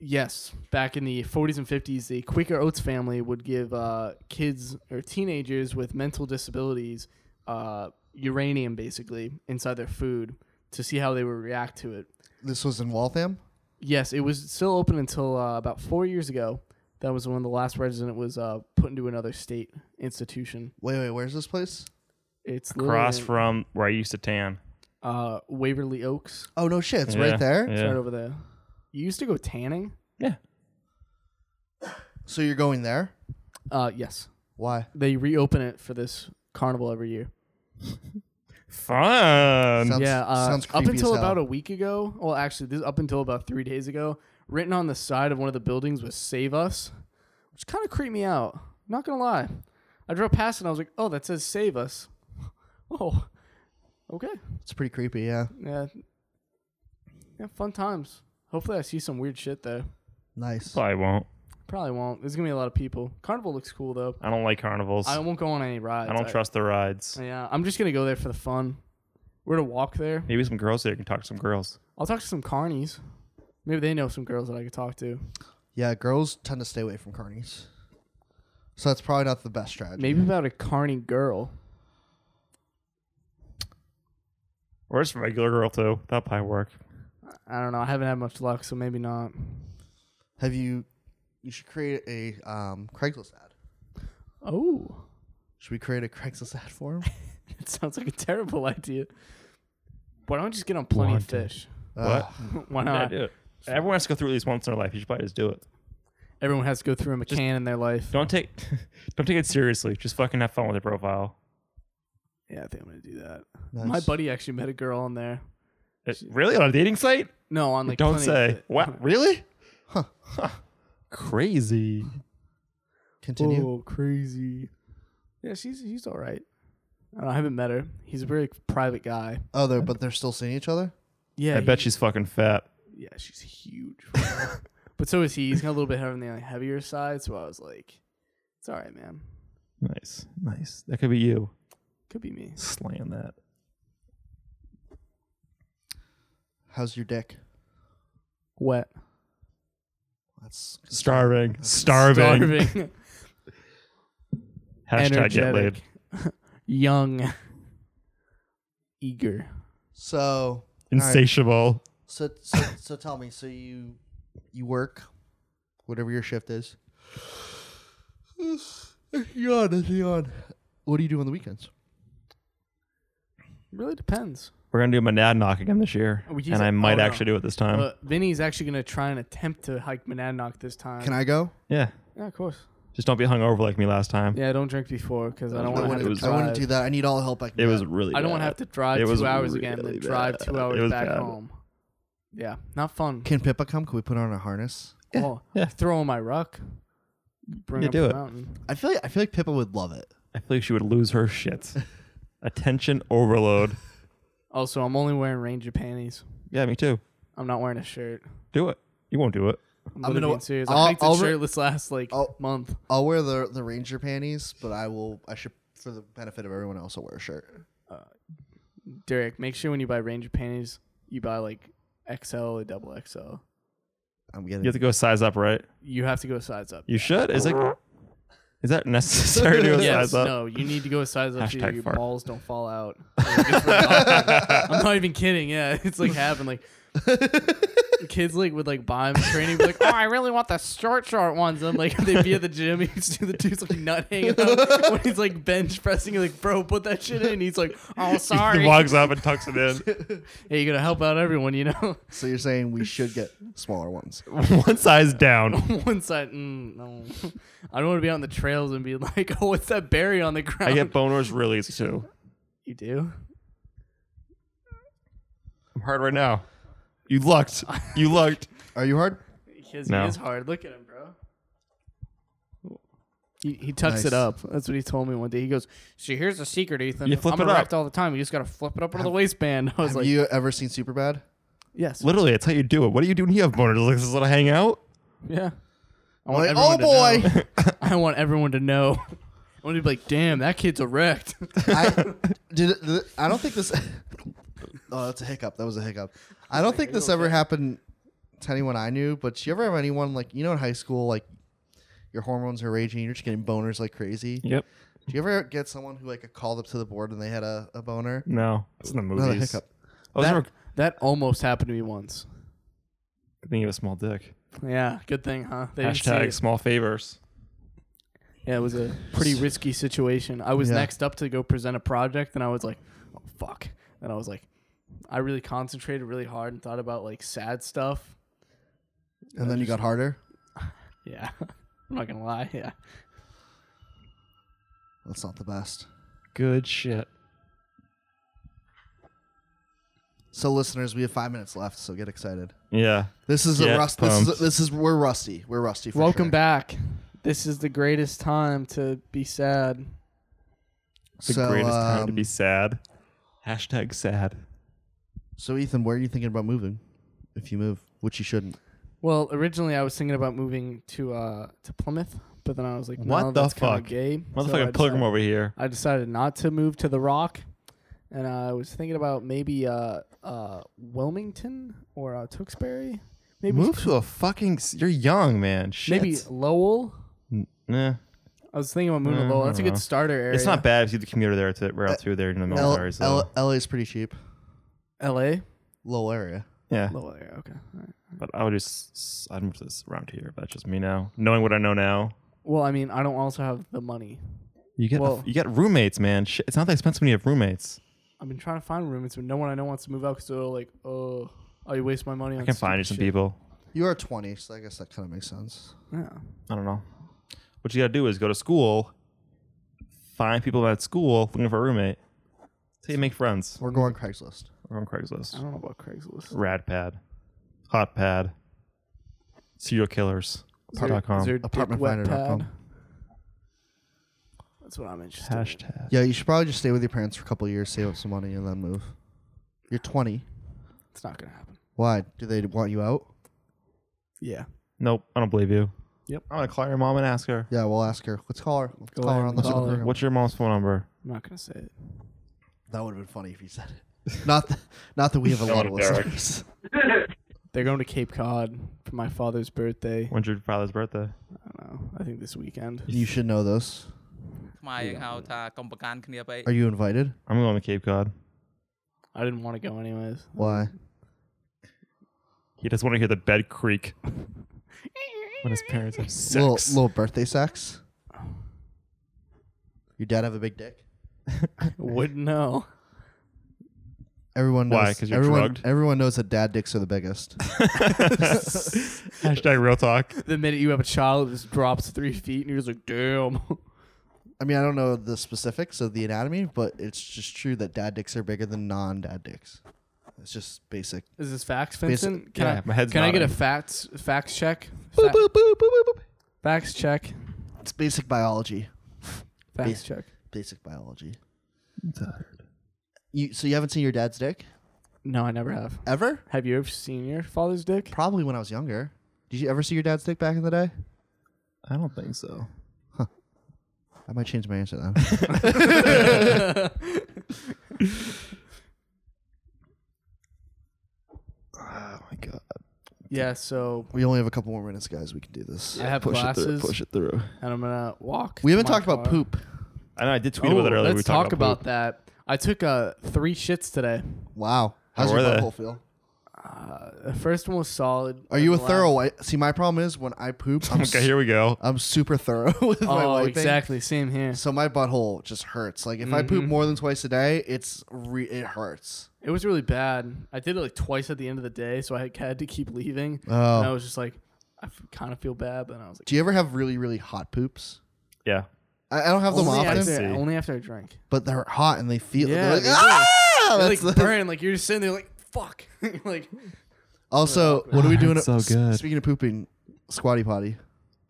Speaker 4: Yes, back in the 40s and 50s, the Quaker Oats family would give uh, kids or teenagers with mental disabilities uh, uranium, basically, inside their food to see how they would react to it.
Speaker 2: this was in Waltham.
Speaker 4: Yes, it was still open until uh, about four years ago. That was when the last resident was uh, put into another state institution.
Speaker 2: Wait, wait, where's this place?
Speaker 4: It's literally
Speaker 3: Across
Speaker 4: in-
Speaker 3: from where I used to tan.
Speaker 4: uh, Waverly Oaks.
Speaker 2: Oh no shit, it's
Speaker 3: Yeah,
Speaker 2: right there.
Speaker 4: It's
Speaker 3: yeah.
Speaker 4: right over there. You used to go tanning?
Speaker 2: So you're going there?
Speaker 4: Uh, yes.
Speaker 2: Why?
Speaker 4: They reopen it for this carnival every year.
Speaker 3: Fun.
Speaker 2: Sounds,
Speaker 4: yeah, uh,
Speaker 2: sounds
Speaker 4: up
Speaker 2: creepy
Speaker 4: until
Speaker 2: as hell.
Speaker 4: about a week ago. Well, actually, this up until about three days ago. Written on the side of one of the buildings was "Save Us," which kind of creeped me out. Not gonna lie, I drove past and I was like, "Oh, that says Save Us." (laughs) Oh, okay,
Speaker 2: It's pretty creepy. Yeah,
Speaker 4: yeah, yeah, fun times. Hopefully, I see some weird shit there.
Speaker 2: nice.
Speaker 3: Probably won't.
Speaker 4: Probably won't. There's gonna be a lot of people. Carnival looks cool though.
Speaker 3: I don't like carnivals.
Speaker 4: I
Speaker 3: I,
Speaker 4: won't go on any rides.
Speaker 3: don't trust the rides.
Speaker 4: Yeah, I'm just gonna go there for the fun. We're gonna walk there.
Speaker 3: Maybe some girls there can talk to some girls.
Speaker 4: I'll talk to some carnies. Maybe they know some girls that I could talk to.
Speaker 2: Yeah, girls tend to stay away from carnies, so that's probably not the best strategy.
Speaker 4: Maybe about a carny girl.
Speaker 3: Or just a regular girl too. That probably work.
Speaker 4: I don't know. I haven't had much luck, so maybe not.
Speaker 2: Have you? You should create a um, Craigslist ad.
Speaker 4: Oh, (laughs)
Speaker 2: Should we create a Craigslist ad for
Speaker 3: (laughs)
Speaker 2: him?
Speaker 4: it sounds like a terrible idea. Why don't we just get on plenty
Speaker 3: Wanted.
Speaker 4: of fish? (laughs)
Speaker 2: Ugh,
Speaker 4: Why
Speaker 3: Yeah,
Speaker 4: not?
Speaker 3: do it. Everyone has to go through at least once in their life. You should probably just do it.
Speaker 4: Everyone has to go through a
Speaker 3: Just-
Speaker 4: McCann in their life.
Speaker 3: Don't take (laughs) don't take it seriously. Just fucking have fun with your profile.
Speaker 4: Yeah, I think I'm gonna do that.
Speaker 2: nice.
Speaker 4: My buddy actually met a girl on there.
Speaker 3: It- really on a dating site?
Speaker 4: No, on like
Speaker 3: don't
Speaker 4: Plenty of
Speaker 3: say.
Speaker 4: Fish. (laughs)
Speaker 3: Wow, really? Huh. Crazy.
Speaker 2: Continue.
Speaker 4: Oh, crazy. Yeah, she's she's all right. I, don't know, I haven't met her. He's a very private guy.
Speaker 2: Oh, they're, but they're still seeing each other.
Speaker 4: Yeah,
Speaker 3: I bet she's fucking fat.
Speaker 4: Yeah, she's huge. (laughs) but so is he. He's got a little bit on the like, heavier side, so I was like, it's all right, man.
Speaker 3: Nice, nice. That could be you
Speaker 4: Could be me.
Speaker 3: slaying that.
Speaker 2: How's your dick?
Speaker 4: Wet.
Speaker 2: That's
Speaker 3: Starving, starving.
Speaker 4: Starving.
Speaker 3: (laughs) Hashtag get laid.
Speaker 4: Energetic. Young. Eager.
Speaker 2: so.
Speaker 3: Insatiable.
Speaker 2: So, so so tell me. So you you work, whatever your shift is. Yawn, yawn. What do you do on the weekends?
Speaker 4: Really depends.
Speaker 3: We're gonna do Monadnock again this year,
Speaker 4: Oh, he's
Speaker 3: and
Speaker 4: a-
Speaker 3: I might
Speaker 4: oh, no.
Speaker 3: actually do it this time.
Speaker 4: But Vinny's actually gonna try and attempt to hike Monadnock this time.
Speaker 2: Can I go?
Speaker 3: yeah,
Speaker 4: Yeah, of course.
Speaker 3: just don't be hungover like me last time.
Speaker 4: Yeah, don't drink before because I don't
Speaker 2: Um, I
Speaker 4: want to have
Speaker 2: wouldn't,
Speaker 4: to
Speaker 2: I
Speaker 4: drive.
Speaker 2: wouldn't do that. I need all the help I can.
Speaker 3: It was
Speaker 2: get.
Speaker 3: really.
Speaker 4: I don't want to
Speaker 3: bad.
Speaker 4: have to drive
Speaker 3: It was
Speaker 4: two hours again,
Speaker 3: really
Speaker 4: then drive
Speaker 3: bad.
Speaker 4: two
Speaker 3: It
Speaker 4: hours
Speaker 3: was
Speaker 4: back
Speaker 3: bad.
Speaker 4: home. Yeah, not fun.
Speaker 2: Can Pippa come? Can we put on a harness?
Speaker 4: oh,
Speaker 3: yeah.
Speaker 4: throw in my ruck. Bring
Speaker 3: Yeah,
Speaker 4: up
Speaker 3: do
Speaker 4: the
Speaker 3: it.
Speaker 4: mountain.
Speaker 2: I feel like I feel like Pippa would love it.
Speaker 3: I feel like she would lose her (laughs) shit. Attention overload.
Speaker 4: Also, I'm only wearing ranger panties.
Speaker 3: Yeah, me too.
Speaker 4: I'm not wearing a shirt.
Speaker 3: Do it. You won't do it.
Speaker 4: I'm,
Speaker 2: I'm
Speaker 4: literally
Speaker 2: gonna-
Speaker 4: being serious.
Speaker 2: I'll-
Speaker 4: I hiked in
Speaker 2: I'll re-
Speaker 4: shirtless last like
Speaker 2: I'll-
Speaker 4: month.
Speaker 2: I'll wear the the ranger panties, but I will. I should, for the benefit of everyone else, I'll wear a shirt.
Speaker 4: Derek, make sure when you buy ranger panties, you buy like XL or double XL.
Speaker 2: I'm
Speaker 3: You have
Speaker 2: getting.
Speaker 3: to go size up, right?
Speaker 4: You have to go size up.
Speaker 3: You should. Is like, is that necessary to go
Speaker 4: (laughs) yes,
Speaker 3: size up?
Speaker 4: no, you need to go size up so
Speaker 3: Hashtag
Speaker 4: your
Speaker 3: fart.
Speaker 4: balls don't fall out. (laughs) I'm not even kidding. Yeah, (laughs) it's like happened.
Speaker 3: (laughs)
Speaker 4: Like kids like would like buy him training. Be like, oh, I really want the short, short ones. I'm like, (laughs) they'd be at the gym. You see the dude's like nut hanging out when he's like bench pressing. You're like, bro, put that shit in. He's like,
Speaker 3: (laughs)
Speaker 4: oh,
Speaker 3: (laughs)
Speaker 4: sorry.
Speaker 3: He walks up and tucks it in.
Speaker 4: (laughs)
Speaker 3: (laughs)
Speaker 4: hey, you gotta help out everyone. You know, (laughs)
Speaker 2: So you're saying we should get smaller ones?
Speaker 3: One size down.
Speaker 4: (laughs) one side. Mm, no, (laughs) I don't want to be out on the trails and be like, oh, what's that berry on the ground?
Speaker 3: I get boners
Speaker 4: (laughs)
Speaker 3: really easy too.
Speaker 4: you do.
Speaker 3: I'm hard right now. You looked. You
Speaker 4: (laughs)
Speaker 3: looked.
Speaker 2: Are you hard?
Speaker 4: Because
Speaker 3: No.
Speaker 4: he is hard. Look at him, bro. He, he tucks
Speaker 2: Nice.
Speaker 4: it up. That's what he told me one day. He goes, "So here's the secret, Ethan.
Speaker 3: You flip
Speaker 4: I'm
Speaker 3: it up.
Speaker 4: erect all the time. You just gotta flip it up under the waistband." (laughs) I was
Speaker 2: Have
Speaker 4: like,
Speaker 2: you ever seen Superbad?
Speaker 4: "Yes,
Speaker 3: Literally, that's how you do it. What do you do when you have boners? Like this little hangout?
Speaker 4: yeah." (laughs) I
Speaker 2: Like,
Speaker 4: everyone
Speaker 2: oh
Speaker 4: to know. (laughs)
Speaker 2: boy,
Speaker 4: I want everyone to know. (laughs) I want to be like, "Damn, that kid's (laughs) erect."
Speaker 2: I did. it- th- I don't think this. (laughs) oh, that's a hiccup. That was a hiccup. I don't think this ever happened to anyone I knew. But do you ever have anyone like you know in high school like your hormones are raging, you're just getting boners like crazy.
Speaker 3: (laughs) Yep.
Speaker 2: Do you ever get someone who like called up to the board and they had a, a boner?
Speaker 3: No. It's in the movies. Oh,
Speaker 2: Another hiccup.
Speaker 3: I was
Speaker 4: that,
Speaker 3: never
Speaker 4: that almost happened to me once.
Speaker 3: thinking of a small dick.
Speaker 4: Yeah, good thing, huh? They didn't see
Speaker 3: Hashtag
Speaker 4: it.
Speaker 3: small favors.
Speaker 4: Yeah, it was a pretty risky situation. I was
Speaker 2: Yeah.
Speaker 4: next up to go present a project, and I was like, "Oh fuck!" And I was like, I really concentrated really hard and thought about like sad stuff.
Speaker 2: And then you got harder.
Speaker 4: Yeah. (laughs) I'm not gonna lie. Yeah.
Speaker 2: That's not the best.
Speaker 6: Good shit.
Speaker 2: So, listeners, we have five minutes left, so get excited.
Speaker 3: Yeah.
Speaker 2: This is a
Speaker 3: Get
Speaker 2: rust. This is
Speaker 3: pumped.
Speaker 2: this is we're rusty. We're rusty. For
Speaker 4: Welcome
Speaker 2: sure.
Speaker 4: back. This is the greatest time to be sad.
Speaker 3: The
Speaker 2: so,
Speaker 3: greatest time to
Speaker 2: um,
Speaker 3: be sad.
Speaker 6: Hashtag sad.
Speaker 2: So, Ethan, where are you thinking about moving? If you move, which you shouldn't.
Speaker 4: Well, originally I was thinking about moving to uh to Plymouth, but then I was like,
Speaker 3: What
Speaker 4: no,
Speaker 3: the
Speaker 4: that's kinda
Speaker 3: fuck?
Speaker 4: Gay. So I
Speaker 3: Motherfucking pilgrim
Speaker 4: decided-
Speaker 3: over here.
Speaker 4: I decided not to move to the Rock, and I was thinking about maybe uh uh Wilmington or uh, Tewksbury, maybe
Speaker 3: Move to a fucking. s- You're young, man. Shit.
Speaker 4: maybe Lowell.
Speaker 3: Nah.
Speaker 4: Mm, I was thinking about moving to Lowell. That's a good starter area.
Speaker 3: It's not bad if you do the commuter there to
Speaker 4: Uh,
Speaker 3: route two there in the
Speaker 2: L-
Speaker 3: military. so.
Speaker 2: L- LA is pretty cheap.
Speaker 4: L.A.
Speaker 2: Low area.
Speaker 3: yeah.
Speaker 4: Lowell area. Okay. All right.
Speaker 3: But I would just. s- I'd move this around here. But that's just me now. Knowing what I know now.
Speaker 4: Well, I mean, I don't also have the money.
Speaker 3: You get
Speaker 4: Well-
Speaker 3: you get roommates, man. Shit, it's not that expensive when you have roommates.
Speaker 4: I've been trying to find roommates, but no one I know wants to move out because they're like, oh, oh, you waste my money. On
Speaker 3: I can find you some
Speaker 4: stupid
Speaker 3: people.
Speaker 2: You are 20, so I guess that kind of makes sense.
Speaker 4: shit." Yeah.
Speaker 3: I don't know. What you gotta do is go to school, find people at school looking for a roommate. So you make friends.
Speaker 2: We're going Craigslist.
Speaker 3: We're on Craigslist.
Speaker 4: I don't know about Craigslist.
Speaker 3: Rad pad, hot pad, serial killers.
Speaker 4: Is there-
Speaker 3: dot com.
Speaker 4: is there dick wet
Speaker 2: Apartmentfinder.com.
Speaker 4: pad? That's what I'm interested in.
Speaker 3: Hashtag.
Speaker 2: Yeah, you should probably just stay with your parents for a couple of years, save up some money, and then move. You're 20.
Speaker 4: It's not gonna happen.
Speaker 2: Why? Do they want you out?
Speaker 4: Yeah.
Speaker 3: Nope, I don't believe you.
Speaker 4: Yep.
Speaker 3: I'm gonna call your mom and ask her.
Speaker 2: Yeah, we'll ask her. Let's call her. Let's
Speaker 4: Go
Speaker 2: call her
Speaker 4: ahead
Speaker 2: on
Speaker 4: and
Speaker 2: the
Speaker 4: call her.
Speaker 2: phone.
Speaker 3: What's your mom's phone number?
Speaker 4: I'm not gonna say it.
Speaker 2: That would have been funny if you said it. (laughs) Not, th- not that we
Speaker 3: (laughs)
Speaker 2: have a lot of listeners.
Speaker 4: They're going to Cape Cod for my father's birthday.
Speaker 3: When's your father's birthday?
Speaker 4: I don't know. I think this weekend.
Speaker 2: You should know this.
Speaker 5: ខ្មែរយើងហៅថាកុំប្រកាន់គ្នាពេក
Speaker 2: Are you invited?
Speaker 3: I'm going to Cape Cod.
Speaker 4: I didn't want to go anyways.
Speaker 2: Why?
Speaker 3: He doesn't want to hear the bed creak (laughs) when his parents have
Speaker 4: (laughs)
Speaker 3: sex.
Speaker 2: Little, little birthday sex? Your dad have a big dick?
Speaker 4: (laughs) Would know.
Speaker 2: Everyone knows.
Speaker 3: Why? 'Cause you're
Speaker 2: everyone,
Speaker 3: drugged?
Speaker 2: everyone knows that dad dicks are the biggest.
Speaker 3: Hashtag real talk.
Speaker 4: The minute you have a child, it just drops three feet, and you're just like, damn. (laughs)
Speaker 2: I mean, I don't know the specifics of the anatomy, but it's just true that dad dicks are bigger than non-dad dicks. It's just basic.
Speaker 4: Is this facts,
Speaker 2: Basi-
Speaker 4: Vincent? Can
Speaker 3: (laughs) yeah,
Speaker 4: I,
Speaker 3: my head's
Speaker 4: Can I get a
Speaker 3: nodding.
Speaker 4: facts facts check? Fa- Facts check.
Speaker 2: It's basic biology.
Speaker 4: Facts
Speaker 2: Basi-
Speaker 4: check.
Speaker 2: Basic biology. You so you haven't seen your dad's dick
Speaker 4: No, I never have.
Speaker 2: ever?
Speaker 4: Have you ever seen your father's
Speaker 2: (laughs)
Speaker 4: dick? (laughs)
Speaker 2: Probably when I was younger. Did you ever see your dad's dick back in the day?
Speaker 3: I don't think so.
Speaker 2: I might change my answer then.
Speaker 3: (laughs) Oh my god.
Speaker 4: Yeah, so
Speaker 2: we only have a couple more minutes, guys. We can do this.
Speaker 4: I have glasses
Speaker 3: it through.
Speaker 4: and I'm gonna walk.
Speaker 2: We haven't
Speaker 4: to my
Speaker 2: talked about
Speaker 4: car.
Speaker 2: poop.
Speaker 3: I know I did tweet
Speaker 4: Oh,
Speaker 3: about it earlier.
Speaker 4: let's
Speaker 3: we talked
Speaker 4: talk about, that. I took uh, three shits today.
Speaker 2: Wow. How's
Speaker 3: How
Speaker 2: your
Speaker 3: were they?
Speaker 2: butthole feel?
Speaker 4: Uh, the first one was solid.
Speaker 2: Are you a
Speaker 4: The last-
Speaker 2: thorough white? See, my problem is when I
Speaker 4: (laughs)
Speaker 2: poop, I'm,
Speaker 3: poop. Okay, here we go.
Speaker 2: am super thorough (laughs) with my
Speaker 4: Oh,
Speaker 2: wiping.
Speaker 4: exactly. Mm-hmm. Same here.
Speaker 2: So my butthole just hurts. Like if I poop more than twice a day, it's re- it hurts.
Speaker 4: It was really bad. I did it like twice at the end of the day, so I had- had to keep leaving.
Speaker 2: Oh.
Speaker 4: And I was just like, I kind of feel bad, but then I was like,
Speaker 2: Do you ever have really really hot poops?
Speaker 3: Yeah.
Speaker 2: I, I don't have them
Speaker 4: only
Speaker 2: often,
Speaker 4: after,
Speaker 3: See.
Speaker 4: only after I drank.
Speaker 2: but they're hot and they feel.
Speaker 4: Yeah,
Speaker 2: they're like,
Speaker 4: they do.
Speaker 2: "Ah!"
Speaker 4: It,
Speaker 2: That's
Speaker 4: like
Speaker 2: the-
Speaker 4: burn, like you're just sitting there, like fuck, (laughs) like
Speaker 2: (laughs)
Speaker 4: Oh,
Speaker 2: Also, what are we doing?
Speaker 6: That's so
Speaker 2: s-
Speaker 6: good.
Speaker 2: Speaking of pooping, squatty potty.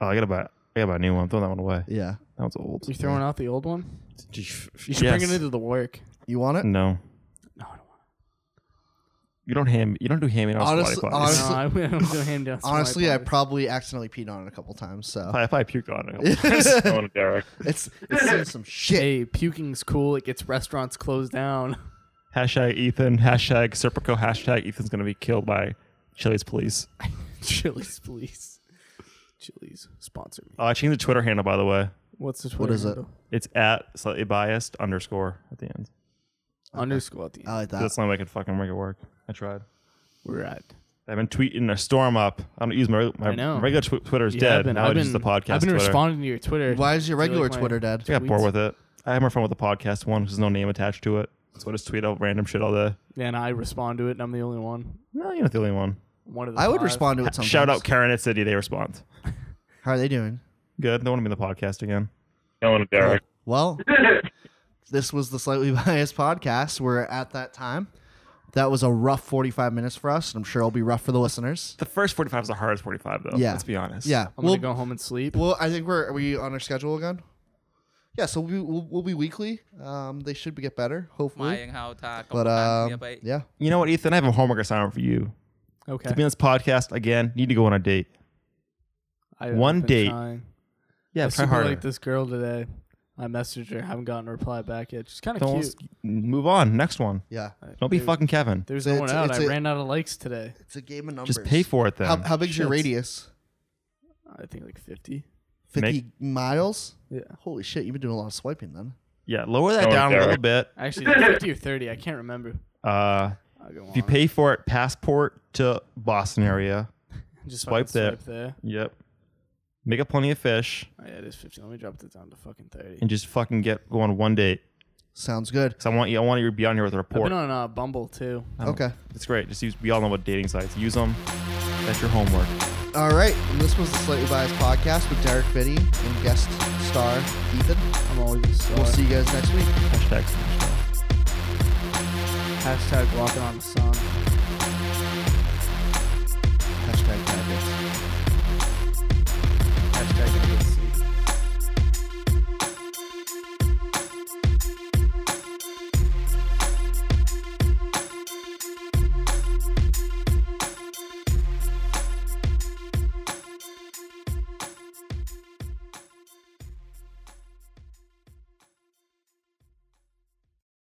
Speaker 3: Oh, I gotta buy. I gotta buy a new one. I'm throwing that one away.
Speaker 2: Yeah,
Speaker 3: That one's old.
Speaker 4: you throwing out the old one.
Speaker 3: You
Speaker 4: You Mm. should bring it into the work.
Speaker 2: you want it?
Speaker 3: No,
Speaker 4: No, I don't want.
Speaker 3: you don't hand. You don't do hand me out
Speaker 2: Honest-
Speaker 3: squatty potties. (laughs)
Speaker 2: honest-
Speaker 4: No, I I'm gonna hand down. some
Speaker 2: Honestly, I
Speaker 4: iPods.
Speaker 2: probably accidentally peed on it a couple times, so
Speaker 3: I, (laughs) if I puked on
Speaker 4: (laughs)
Speaker 3: it, I'm just throwing it, Derek.
Speaker 2: it's it seems some shit.
Speaker 4: hey, puking's cool. It gets restaurants closed down. (laughs)
Speaker 3: Hashtag Ethan. Hashtag Serpico. Hashtag Ethan's gonna be killed by Chili's police.
Speaker 4: Chili's, please. Chili's sponsor me.
Speaker 3: Oh, I changed the Twitter handle by the way.
Speaker 4: What's the Twitter?
Speaker 2: is it?
Speaker 4: handle?
Speaker 3: It's at slightly biased underscore at the end.
Speaker 4: Underscore at the end.
Speaker 2: I like that.
Speaker 3: That's the only way I could fucking make it work. I tried.
Speaker 4: We're at.
Speaker 3: I've been tweeting a storm up. I don't use my my
Speaker 4: I know.
Speaker 3: regular tw- Twitter's
Speaker 4: Yeah,
Speaker 3: dead.
Speaker 4: I've been-
Speaker 3: now
Speaker 4: I've
Speaker 3: I just use the
Speaker 4: been-
Speaker 3: podcast.
Speaker 4: I've been
Speaker 3: Twitter.
Speaker 4: responding to your Twitter.
Speaker 2: Why is your
Speaker 4: Do you
Speaker 2: regular
Speaker 4: like my-
Speaker 2: Twitter dead?
Speaker 3: I got bored
Speaker 4: tweets.
Speaker 3: with it. I had more fun with the podcast one because there's no name attached to it. So I just tweet out random shit all day.
Speaker 4: Yeah, and I respond to it, and I'm the only one.
Speaker 3: No, you're not the only one.
Speaker 4: One of the
Speaker 2: I would
Speaker 4: five.
Speaker 2: respond to it sometimes.
Speaker 3: Shout out Karen at City. They respond.
Speaker 2: How are they doing?
Speaker 3: Good. They want to be in the podcast again.
Speaker 9: Killing it, Derek.
Speaker 2: Well, this was the Slightly (laughs) Biased podcast. We're at that time. That was a rough 45 minutes for us, and I'm sure it'll be rough for the listeners.
Speaker 3: The first 45 is the hardest 45, though.
Speaker 2: Yeah.
Speaker 3: Let's be honest.
Speaker 2: Yeah.
Speaker 4: I'm
Speaker 2: we'll,
Speaker 4: gonna go home and sleep.
Speaker 2: well, I think we're, are we on our schedule again? Yeah, so we, we'll, we'll be weekly. Um, they should be, get better,
Speaker 5: ថ្មាយ
Speaker 2: hopefully.
Speaker 5: យើងហៅថាកុំ
Speaker 2: But
Speaker 5: ប្រកាន់គ្នា
Speaker 2: um,
Speaker 5: ពេក
Speaker 2: yeah,
Speaker 3: You know what, Ethan? I have a homework assignment for you.
Speaker 4: Okay.
Speaker 3: To be on this podcast again, you need to go on a date.
Speaker 4: I- I've
Speaker 3: one
Speaker 4: been
Speaker 3: date.
Speaker 4: trying.
Speaker 3: Yeah,
Speaker 4: I
Speaker 3: try
Speaker 4: super
Speaker 3: harder.
Speaker 4: like this girl today. I messaged her, haven't gotten a reply back yet. She's kind of
Speaker 3: Don't
Speaker 4: cute.
Speaker 3: move on. Next one.
Speaker 2: yeah.
Speaker 3: Don't be
Speaker 4: Dude.
Speaker 3: fucking Kevin.
Speaker 4: There's
Speaker 2: It's-
Speaker 4: no one
Speaker 2: it's-
Speaker 4: out.
Speaker 2: it's
Speaker 4: I
Speaker 2: a-
Speaker 4: ran out of likes today.
Speaker 2: It's a game of numbers.
Speaker 3: Just pay for it then.
Speaker 2: How, how big's your
Speaker 4: Shit.
Speaker 2: radius?
Speaker 4: I think like 50.
Speaker 2: 50
Speaker 3: Make-
Speaker 2: miles?
Speaker 4: Yeah.
Speaker 2: Holy shit, you've been doing a lot of swiping then.
Speaker 3: yeah, lower that
Speaker 9: Don't
Speaker 3: down a
Speaker 9: dare.
Speaker 3: little bit. (laughs)
Speaker 4: Actually, it's 50 or 30. I can't remember.
Speaker 3: Uh,
Speaker 4: I'll go
Speaker 3: if you
Speaker 4: on.
Speaker 3: pay for it, passport to Boston area.
Speaker 4: Just
Speaker 3: swipe
Speaker 4: fucking
Speaker 3: there.
Speaker 4: Swipe there.
Speaker 3: Yep. Make up plenty of fish
Speaker 4: Oh, yeah, it is 50. Let me drop this down to fucking 30.
Speaker 3: and just fucking get go on one date.
Speaker 2: Sounds good.
Speaker 3: Cause I want you. I want you to be on here with a
Speaker 4: I've
Speaker 3: report.
Speaker 4: been on uh, Bumble too.
Speaker 3: Um,
Speaker 2: Okay.
Speaker 3: It's great. Just use. We all know what dating sites. Use them. That's your homework.
Speaker 2: All right. And this was the Slightly Biased Podcast with Derek Fitty and guest star Ethan.
Speaker 4: I'm always
Speaker 2: We'll
Speaker 4: uh,
Speaker 2: see you guys next week.
Speaker 3: Hashtag.
Speaker 4: Hashtag walking on the sun.